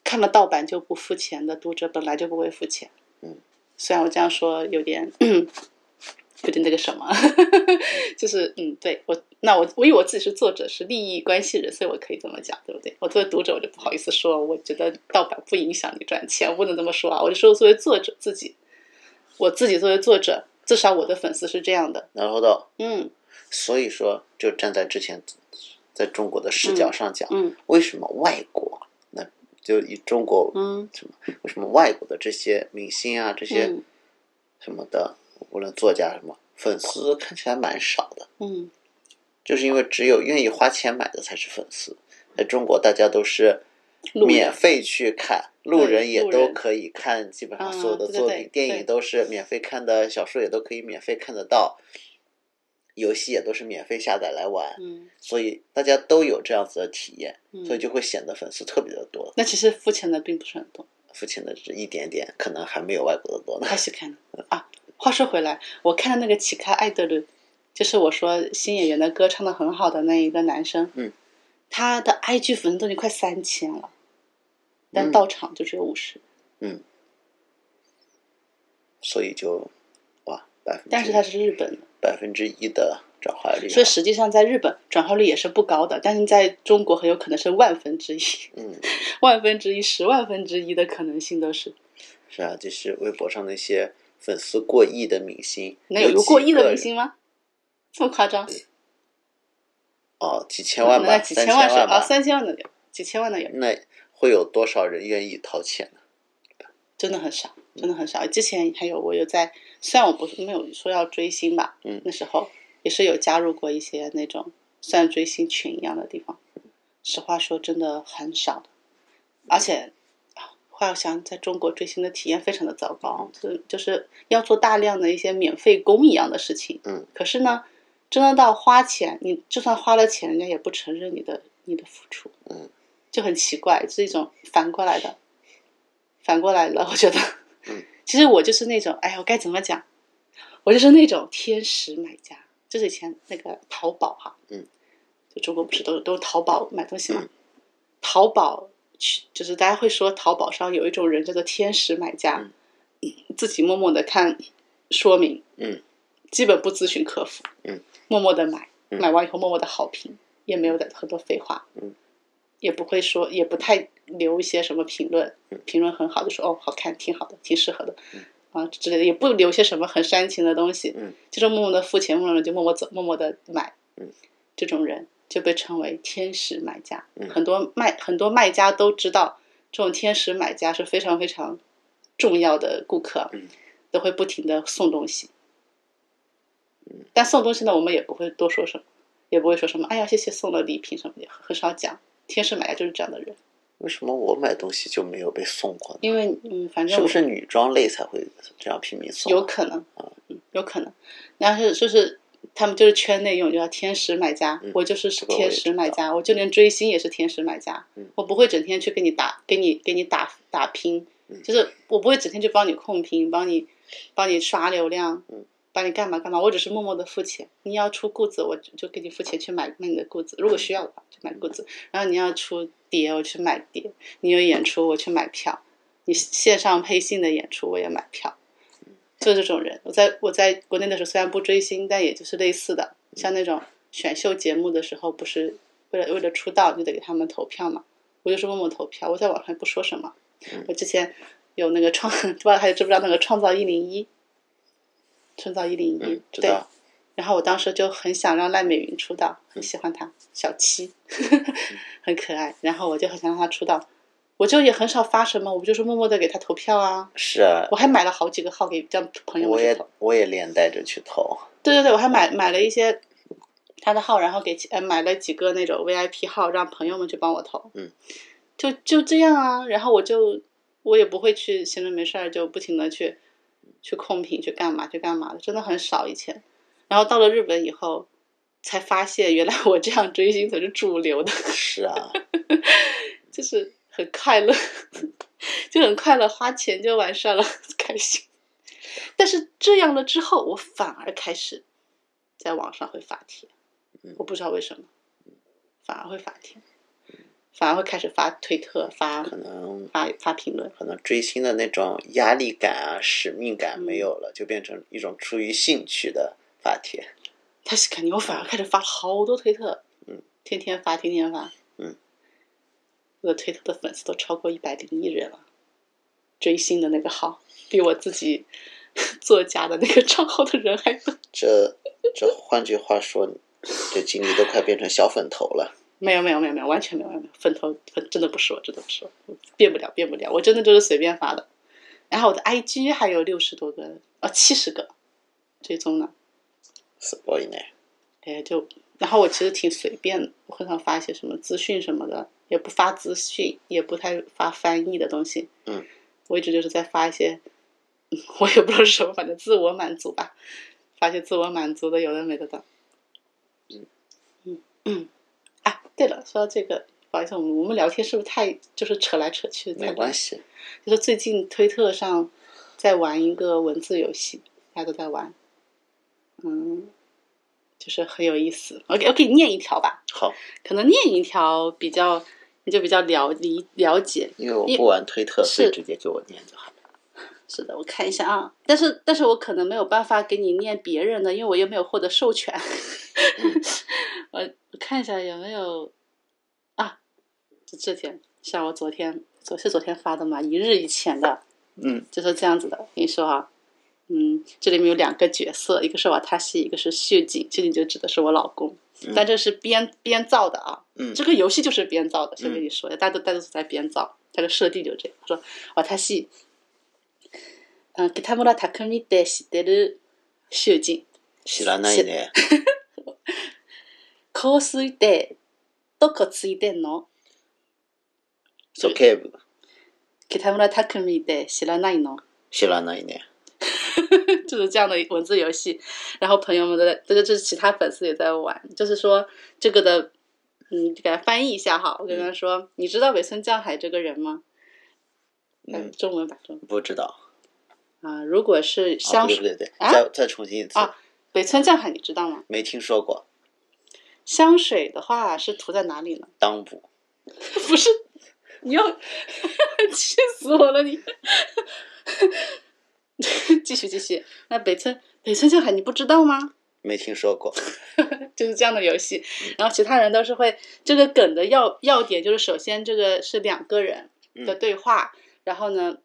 Speaker 2: 看了盗版就不付钱的读者本来就不会付钱。
Speaker 1: 嗯，
Speaker 2: 虽然我这样说有点 有点那 个什么，就是嗯，对我，那我我以为我自己是作者，是利益关系人，所以我可以这么讲，对不对？我作为读者，我就不好意思说，我觉得盗版不影响你赚钱，我不能这么说啊。我就说作为作者自己，我自己作为作者，至少我的粉丝是这样的，
Speaker 1: 然后到，
Speaker 2: 嗯
Speaker 1: 所以说，就站在之前在中国的视角上讲，
Speaker 2: 嗯
Speaker 1: 为什么外国那就以中国
Speaker 2: 嗯
Speaker 1: 什么？为什么外国的这些明星啊，这些
Speaker 2: 嗯
Speaker 1: 什么的，无论作家什么，粉丝看起来蛮少的，
Speaker 2: 嗯，
Speaker 1: 就是因为只有愿意花钱买的才是粉丝。在中国，大家都是
Speaker 2: 路
Speaker 1: 免费去看，路
Speaker 2: 对
Speaker 1: 人也
Speaker 2: 路
Speaker 1: 都
Speaker 2: 人
Speaker 1: 可以看，基本上所有
Speaker 2: 啊
Speaker 1: 的
Speaker 2: 对对
Speaker 1: 作
Speaker 2: 对
Speaker 1: 品、电
Speaker 2: 对
Speaker 1: 影都是免费看的，小说也都可以免费看得到。游戏也都是免费下载来玩，
Speaker 2: 嗯，
Speaker 1: 所以大家都有这样子的体验，
Speaker 2: 嗯
Speaker 1: 所以就会显得粉丝特别的多。
Speaker 2: 那其实付钱的并不是很多，
Speaker 1: 付钱的只一点点，可能还没有外国的多呢。
Speaker 2: 还是看的啊。话说回来，我看的那个奇卡艾德鲁，就是我说新演员的歌唱的很好的那一个男生，
Speaker 1: 嗯，
Speaker 2: 他的 IG 粉丝都已经快三千了，但
Speaker 1: 嗯
Speaker 2: 到场就只有五十、
Speaker 1: 所以就哇，百分之
Speaker 2: 但是他是日本的，
Speaker 1: 百分之一的转化率啊，
Speaker 2: 所以实际上在日本转化率也是不高的，但是在中国很有可能是万分之一、
Speaker 1: 嗯，
Speaker 2: 万分之一、十万分之一的可能性都是。
Speaker 1: 是啊，就是微博上那些粉丝过亿的明星，
Speaker 2: 能有
Speaker 1: 几
Speaker 2: 个过亿的
Speaker 1: 个
Speaker 2: 明星吗？这么夸张？
Speaker 1: 哦，几千万
Speaker 2: 可
Speaker 1: 吧，
Speaker 2: 能几
Speaker 1: 三
Speaker 2: 千万是啊，
Speaker 1: 吧，
Speaker 2: 三千万的有，几千万的有，
Speaker 1: 那会有多少人愿意掏钱呢？
Speaker 2: 真的很少，真的很少。之前还有我有在，虽然我不是没有说要追星吧，
Speaker 1: 嗯
Speaker 2: 那时候也是有加入过一些那种算追星群一样的地方。实话说，真的很少的，而且。啊话要想，在中国追星的体验非常的糟
Speaker 1: 哦
Speaker 2: 糕，就就是要做大量的一些免费工一样的事情。
Speaker 1: 嗯，
Speaker 2: 可是呢，真的到花钱，你就算花了钱，人家也不承认你的你的付出。
Speaker 1: 嗯，
Speaker 2: 就很奇怪，是一种反过来的，反过来了，我觉得。
Speaker 1: 嗯，
Speaker 2: 其实我就是那种，哎呀，我该怎么讲？我就是那种天使买家，就是以前那个淘宝哈，
Speaker 1: 嗯，
Speaker 2: 就中国不是都都淘宝买东西嘛，
Speaker 1: 嗯
Speaker 2: 淘宝去就是大家会说淘宝上有一种人叫做天使买家，
Speaker 1: 嗯
Speaker 2: 自己默默的看说明，
Speaker 1: 嗯，
Speaker 2: 基本不咨询客服，
Speaker 1: 嗯，
Speaker 2: 默默的买，
Speaker 1: 嗯
Speaker 2: 买完以后默默的好评，也没有的很多废话，
Speaker 1: 嗯，
Speaker 2: 也不会说，也不太留一些什么评论，
Speaker 1: 嗯
Speaker 2: 评论很好就说哦好看，挺好的，挺适合的，
Speaker 1: 嗯
Speaker 2: 啊之类的，也不留些什么很煽情的东西，
Speaker 1: 嗯，
Speaker 2: 就是默默的付钱，默默的就默默走，默默的买，
Speaker 1: 嗯，
Speaker 2: 这种人就被称为天使买家，
Speaker 1: 嗯
Speaker 2: 很多卖很多卖家都知道这种天使买家是非常非常重要的顾客，
Speaker 1: 嗯，
Speaker 2: 都会不停的送东西，
Speaker 1: 嗯
Speaker 2: 但送东西呢，我们也不会多说什么，也不会说什么哎呀谢谢送了礼品什么的，很少讲。天使买家就是这样的人，
Speaker 1: 为什么我买东西就没有被送过呢？
Speaker 2: 因为嗯，反正
Speaker 1: 是
Speaker 2: 我
Speaker 1: 不是女装类才会这样拼命送？
Speaker 2: 有可能，嗯有可能。但是就是他们就是圈内用语叫天使买家，
Speaker 1: 嗯
Speaker 2: 我就是
Speaker 1: 这个我也
Speaker 2: 天使买
Speaker 1: 知
Speaker 2: 家，我就连追星也是天使买家，
Speaker 1: 嗯
Speaker 2: 我不会整天去跟你打，给你给你打打拼，
Speaker 1: 嗯
Speaker 2: 就是我不会整天去帮你控评，帮你帮你刷流量，
Speaker 1: 嗯
Speaker 2: 帮你干嘛干嘛，我只是默默的付钱。你要出裤子，我就就给你付钱去买买你的裤子，如果需要的话就买裤
Speaker 1: 嗯
Speaker 2: 子。然后你要出碟，我去买碟；你有演出，我去买票。你线上配信的演出我也买票，就这种人。我在我在国内的时候虽然不追星，但也就是类似的，像那种选秀节目的时候，不是为了为了出道就得给他们投票嘛，我就是默默投票，我在网上也不说什么
Speaker 1: 嗯。
Speaker 2: 我之前有那个创， 不知道还知不知道那个创造一零一，创造一零一
Speaker 1: 嗯，，知
Speaker 2: 对，
Speaker 1: 道。
Speaker 2: 然后我当时就很想让赖美云出道，很喜欢她，小七， 很可爱。然后我就很想让她出道，我就也很少发什么，我不就是默默的给她投票啊。
Speaker 1: 是啊，
Speaker 2: 我还买了好几个号给这样朋友
Speaker 1: 我
Speaker 2: 们去
Speaker 1: 也
Speaker 2: 投。
Speaker 1: 我也连带着去投。
Speaker 2: 对对对，我还买买了一些她的号，然后给其呃买了几个那种 VIP 号，让朋友们去帮我投。
Speaker 1: 嗯，
Speaker 2: 就就这样啊。然后我就我也不会去闲着没事儿就不停的去去控评去干嘛去干嘛的，真的很少以前。然后到了日本以后，才发现原来我这样追星才是主流的，
Speaker 1: 是啊，
Speaker 2: 就是很快乐， 就很快乐，花钱就完事儿了， 开心。但是这样了之后，我反而开始在网上会发帖
Speaker 1: 嗯，
Speaker 2: 我不知道为什么，反而会发帖，反而会开始发推特、发
Speaker 1: 可能
Speaker 2: 发发评论。
Speaker 1: 可能追星的那种压力感啊、使命感
Speaker 2: 嗯
Speaker 1: 没有了，就变成一种出于兴趣的发帖。
Speaker 2: 他是肯定，我反而开始发好多推特，
Speaker 1: 嗯，
Speaker 2: 天天发，天天发，
Speaker 1: 嗯，
Speaker 2: 我的推特的粉丝都超过一百零一人了，追星的那个号比我自己 作家的那个账号的人还多，
Speaker 1: 这这，换句话说，这经历都快变成小粉头了。
Speaker 2: 没有没有没有没有，完全没有没有没有，分头分真的不是我，真的不是我，变不了变不了，我真的就是随便发的，然后我的 IG 还有六十多个，哦七十个追踪呢，
Speaker 1: s p o i l
Speaker 2: 哎，就然后我其实挺随便的，我很少发一些什么资讯什么的，也不发资讯，也不太发翻译的东西。
Speaker 1: 嗯，
Speaker 2: 我一直就是在发一些， 嗯我也不知道是什么，反正自我满足吧，发一些自我满足的有的没的的。嗯嗯，啊，对了，说到这个，不好意思，我们我们聊天是不是太就是扯来扯去？
Speaker 1: 没关。系，
Speaker 2: 就是最近推特上在玩一个文字游戏，大家都在玩，嗯，就是很有意思。我给我给你念一条吧，
Speaker 1: 好，
Speaker 2: 可能念一条比较你就比较了理了解。
Speaker 1: 因为我
Speaker 2: 一
Speaker 1: 不玩推特，所以
Speaker 2: 是
Speaker 1: 直接给我念就好了。
Speaker 2: 是的，我看一下啊，但是但是我可能没有办法给你念别人的，因为我又没有获得授权。 我我看一下有没有啊，这这天像我昨天昨是昨天发的嘛，一日以前的，
Speaker 1: 嗯
Speaker 2: 就是这样子的。跟你说啊，嗯，这里面有两个角色，一个是瓦塔西，一个是秀景，秀景就指的是我老公，
Speaker 1: 嗯
Speaker 2: 但这是编编造的啊，
Speaker 1: 嗯
Speaker 2: 这个游戏就是编造的，先跟你说，大家都大家都是在编造，它的设定就这样。他说私嗯，北村匠海って知ってる秀景。
Speaker 1: 知らないね。
Speaker 2: 香水ってどこついてんの
Speaker 1: ソケブ
Speaker 2: 北村匠海って知らないの
Speaker 1: 知らないね。
Speaker 2: 就是这样的文字游戏，然后朋友们都在，这个就是其他粉丝也在玩，就是说这个的，嗯，给它翻译一下哈。我跟他说，你知道北村匠海这个人吗？呃
Speaker 1: 嗯，
Speaker 2: 中文版中文
Speaker 1: 不知道。
Speaker 2: 啊，如果是
Speaker 1: 啊，
Speaker 2: 香
Speaker 1: 不对不
Speaker 2: 水、
Speaker 1: 对不对，
Speaker 2: 啊
Speaker 1: 再再重新一次，
Speaker 2: 啊，北村匠海你知道吗？
Speaker 1: 没听说过。
Speaker 2: 香水的话是涂在哪里呢？
Speaker 1: 当补
Speaker 2: 不是，你要 气死我了你！ 继续继续，那北村北村匠海你不知道吗？
Speaker 1: 没听说过。
Speaker 2: 就是这样的游戏，
Speaker 1: 嗯
Speaker 2: 然后其他人都是会这个梗的要要点就是首先这个是两个人
Speaker 1: 嗯
Speaker 2: 的对话，然后呢，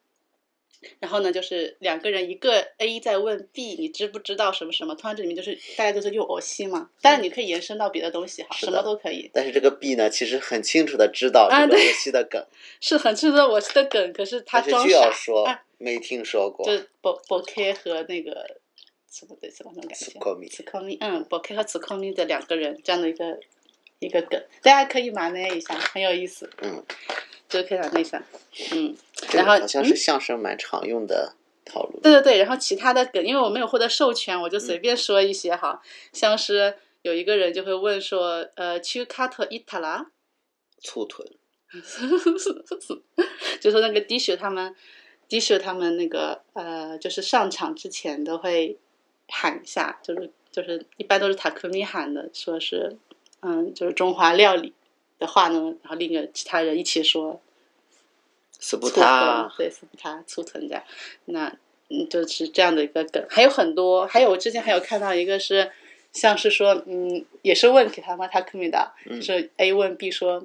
Speaker 2: 然后呢就是两个人一个 A 在问 B 你知不知道什么什么，突然这里面就是大家就是又恶心嘛，当然你可以延伸到别的东西哈，
Speaker 1: 是
Speaker 2: 什
Speaker 1: 的
Speaker 2: 么都可以。
Speaker 1: 但是这个 B 呢，其实很清楚的知道
Speaker 2: 啊
Speaker 1: 这个
Speaker 2: 对
Speaker 1: 游戏的 梗，
Speaker 2: 是很吃得我是的梗，可是他
Speaker 1: 但是
Speaker 2: 装
Speaker 1: 就
Speaker 2: 傻
Speaker 1: 要，说
Speaker 2: 啊、
Speaker 1: 没听说过
Speaker 2: 就。是 bo bo k 和那个什么对什么那种感觉
Speaker 1: ツッコミ
Speaker 2: 茨科密，嗯，bo k 和茨科密的两个人这样的一个一个梗，大家可以马内一下，很有意思，
Speaker 1: 嗯，
Speaker 2: 就可以马内一下，嗯，
Speaker 1: 这
Speaker 2: 然
Speaker 1: 个
Speaker 2: 后
Speaker 1: 好像是
Speaker 2: 嗯
Speaker 1: 相声蛮常用的套路。
Speaker 2: 对对对，然后其他的梗，因为我没有获得授权，我就随便说一些哈，像是有一个人就会问说，呃，chu kato itala。
Speaker 1: 醋臀，
Speaker 2: 就说那个 d i s h 他们 d i s h 他们那个呃，就是上场之前都会喊一下，就是就是一般都是塔克米喊的，说是嗯，就是中华料理的话呢，然后另一个其他人一起说
Speaker 1: 死不
Speaker 2: 醋
Speaker 1: 塌啊
Speaker 2: 臀，。对，是不他醋臀这样，那嗯，就是这样的一个梗，还有很多，还有我之前还有看到一个是。像是说，嗯，也是问给他们塔克米的，
Speaker 1: 嗯
Speaker 2: 是 A 问 B 说，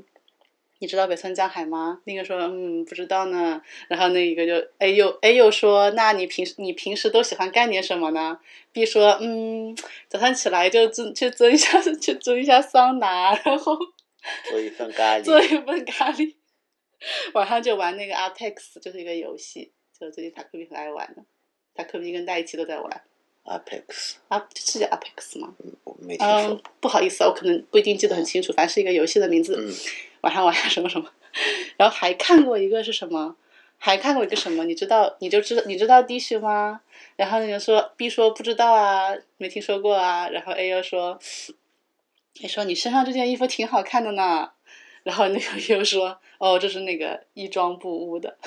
Speaker 2: 你知道北村江海吗？那个说，嗯，不知道呢。然后那一个就 A 又 A 又说，那你平时你平时都喜欢干点什么呢？B 说，嗯，早上起来就蒸去蒸一下去蒸一下桑拿，然后
Speaker 1: 做一份咖
Speaker 2: 做
Speaker 1: 喱。
Speaker 2: 一份咖喱，晚上就玩那个 Apex，就是一个游戏，就最近塔克比很爱玩的，塔克比跟戴奇都在玩。
Speaker 1: Apex，
Speaker 2: 啊，是叫 Apex 吗？
Speaker 1: 我没听说
Speaker 2: 嗯
Speaker 1: 过。，
Speaker 2: 不好意思啊，我可能不一定记得很清楚，反正是一个游戏的名字。
Speaker 1: 嗯，
Speaker 2: 晚上玩下什么什么， 然后还看过一个是什么，还看过一个什么，你知道你就知道你知道 D 区吗？然后你就说 B 说不知道啊，没听说过啊，然后 A 又说，A 说你身上这件衣服挺好看的呢，然后那个又说哦这是那个衣装不污的。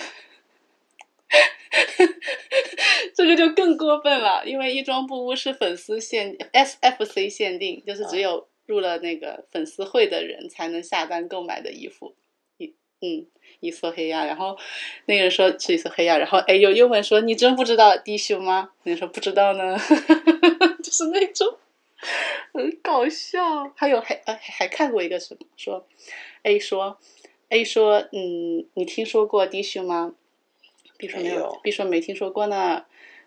Speaker 2: 这个就更过分了，因为衣装不污是粉丝限 SFC 限定，就是只有入了那个粉丝会的人才能下单购买的衣服。一嗯，伊索黑亚，然后那个人说是伊索黑亚，然后哎又又问说你真不知道低胸吗？那个人说不知道呢， 就是那种很搞笑。还有还呃还还看过一个什么说 A 说 A 说嗯你听说过低胸吗？B 说没
Speaker 1: 没
Speaker 2: 有
Speaker 1: 有
Speaker 2: ，B 说没听说过呢。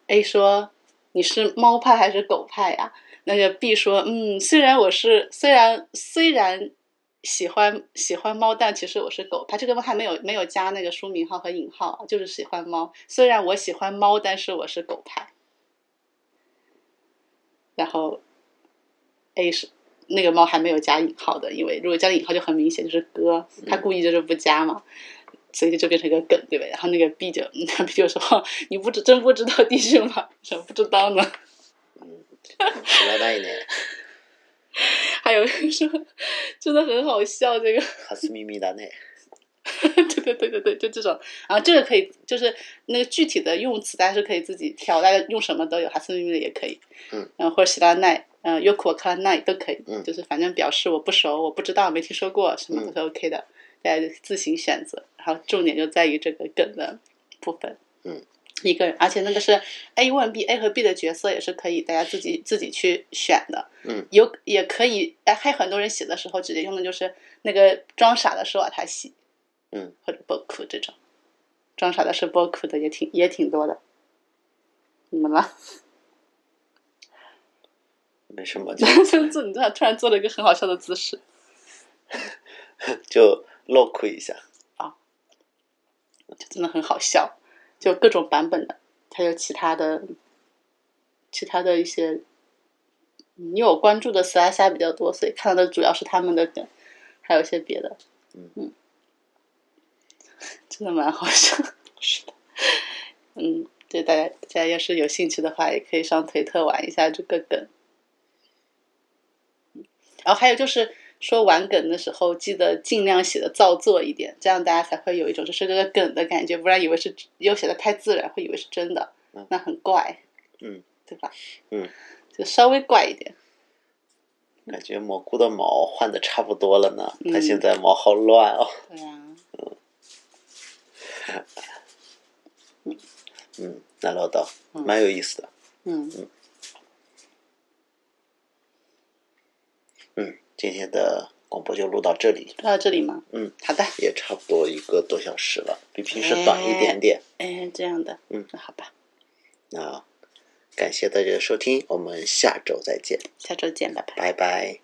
Speaker 2: A 说你是猫派还是狗派呀、那个 B 说，嗯，虽然我是虽然虽然喜欢喜欢猫，但其实我是狗。他这个还没有没有加那个书名号和引号啊，就是喜欢猫。虽然我喜欢猫，但是我是狗派。然后 A 是那个猫还没有加引号的，因为如果加了引号就很明显就是哥，他故意就是不加嘛。所以就变成一个梗，对吧？然后那个 B 就，那 B 就说：“ 你不知真不知道弟兄吗？怎么不知道呢？”
Speaker 1: 知らないね。
Speaker 2: 还有人说，真的很好笑，这个，
Speaker 1: 哈斯密密达内，
Speaker 2: 对对对对对，就这种。然后这个可以，就是那个具体的用词，大家是可以自己挑，大家用什么都有，哈斯密密的也可以，
Speaker 1: 嗯，
Speaker 2: 然后或者喜拉奈，嗯，约库我克拉奈都可以，
Speaker 1: 嗯
Speaker 2: 就是反正表示我不熟，我不知道，没听说过，什么都是 OK 的，大家自行选择。然后重点就在于这个梗的部分，
Speaker 1: 嗯。
Speaker 2: 一个人，而且那个是 A 问 B，A 和 B 的角色也是可以大家自己自己去选的，
Speaker 1: 嗯
Speaker 2: 有也可以，哎，还有很多人写的时候直接用的就是那个装傻的时候啊，他写，
Speaker 1: 嗯，
Speaker 2: 或者波库这种，装傻的是波库的也挺也挺多的，怎么了？
Speaker 1: 没什么，就
Speaker 2: 就做你这样突然做了一个很好笑的姿势，
Speaker 1: 就露哭一下。
Speaker 2: 就真的很好笑，就各种版本的，还有其他的，其他的一些，嗯因为我关注的死拉虾比较多，所以看到的主要是他们的梗，还有一些别的，
Speaker 1: 嗯
Speaker 2: 真的蛮好笑，是的，嗯，对大家大家要是有兴趣的话，也可以上推特玩一下这个梗。然后还有就是说玩梗的时候，记得尽量写的造作一点，这样大家才会有一种就是这个梗的感觉，不然以为是又写的太自然，会以为是真的
Speaker 1: 嗯，
Speaker 2: 那很怪，
Speaker 1: 嗯，
Speaker 2: 对吧？
Speaker 1: 嗯，
Speaker 2: 就稍微怪一点，
Speaker 1: 感觉蘑菇的毛换的差不多了呢，它
Speaker 2: 嗯
Speaker 1: 现在毛好乱哦。
Speaker 2: 对啊，
Speaker 1: 嗯，难唠叨，
Speaker 2: 嗯
Speaker 1: 蛮有意思的。
Speaker 2: 嗯
Speaker 1: 嗯，今天的广播就录到这里，
Speaker 2: 说到这里吗？
Speaker 1: 嗯，
Speaker 2: 好的，
Speaker 1: 也差不多一个多小时了，比平时短一点点。啊
Speaker 2: 哎，这样的，
Speaker 1: 嗯，
Speaker 2: 那好吧，
Speaker 1: 那感谢大家的收听，我们下周再见，
Speaker 2: 下周见，拜拜。
Speaker 1: 拜拜。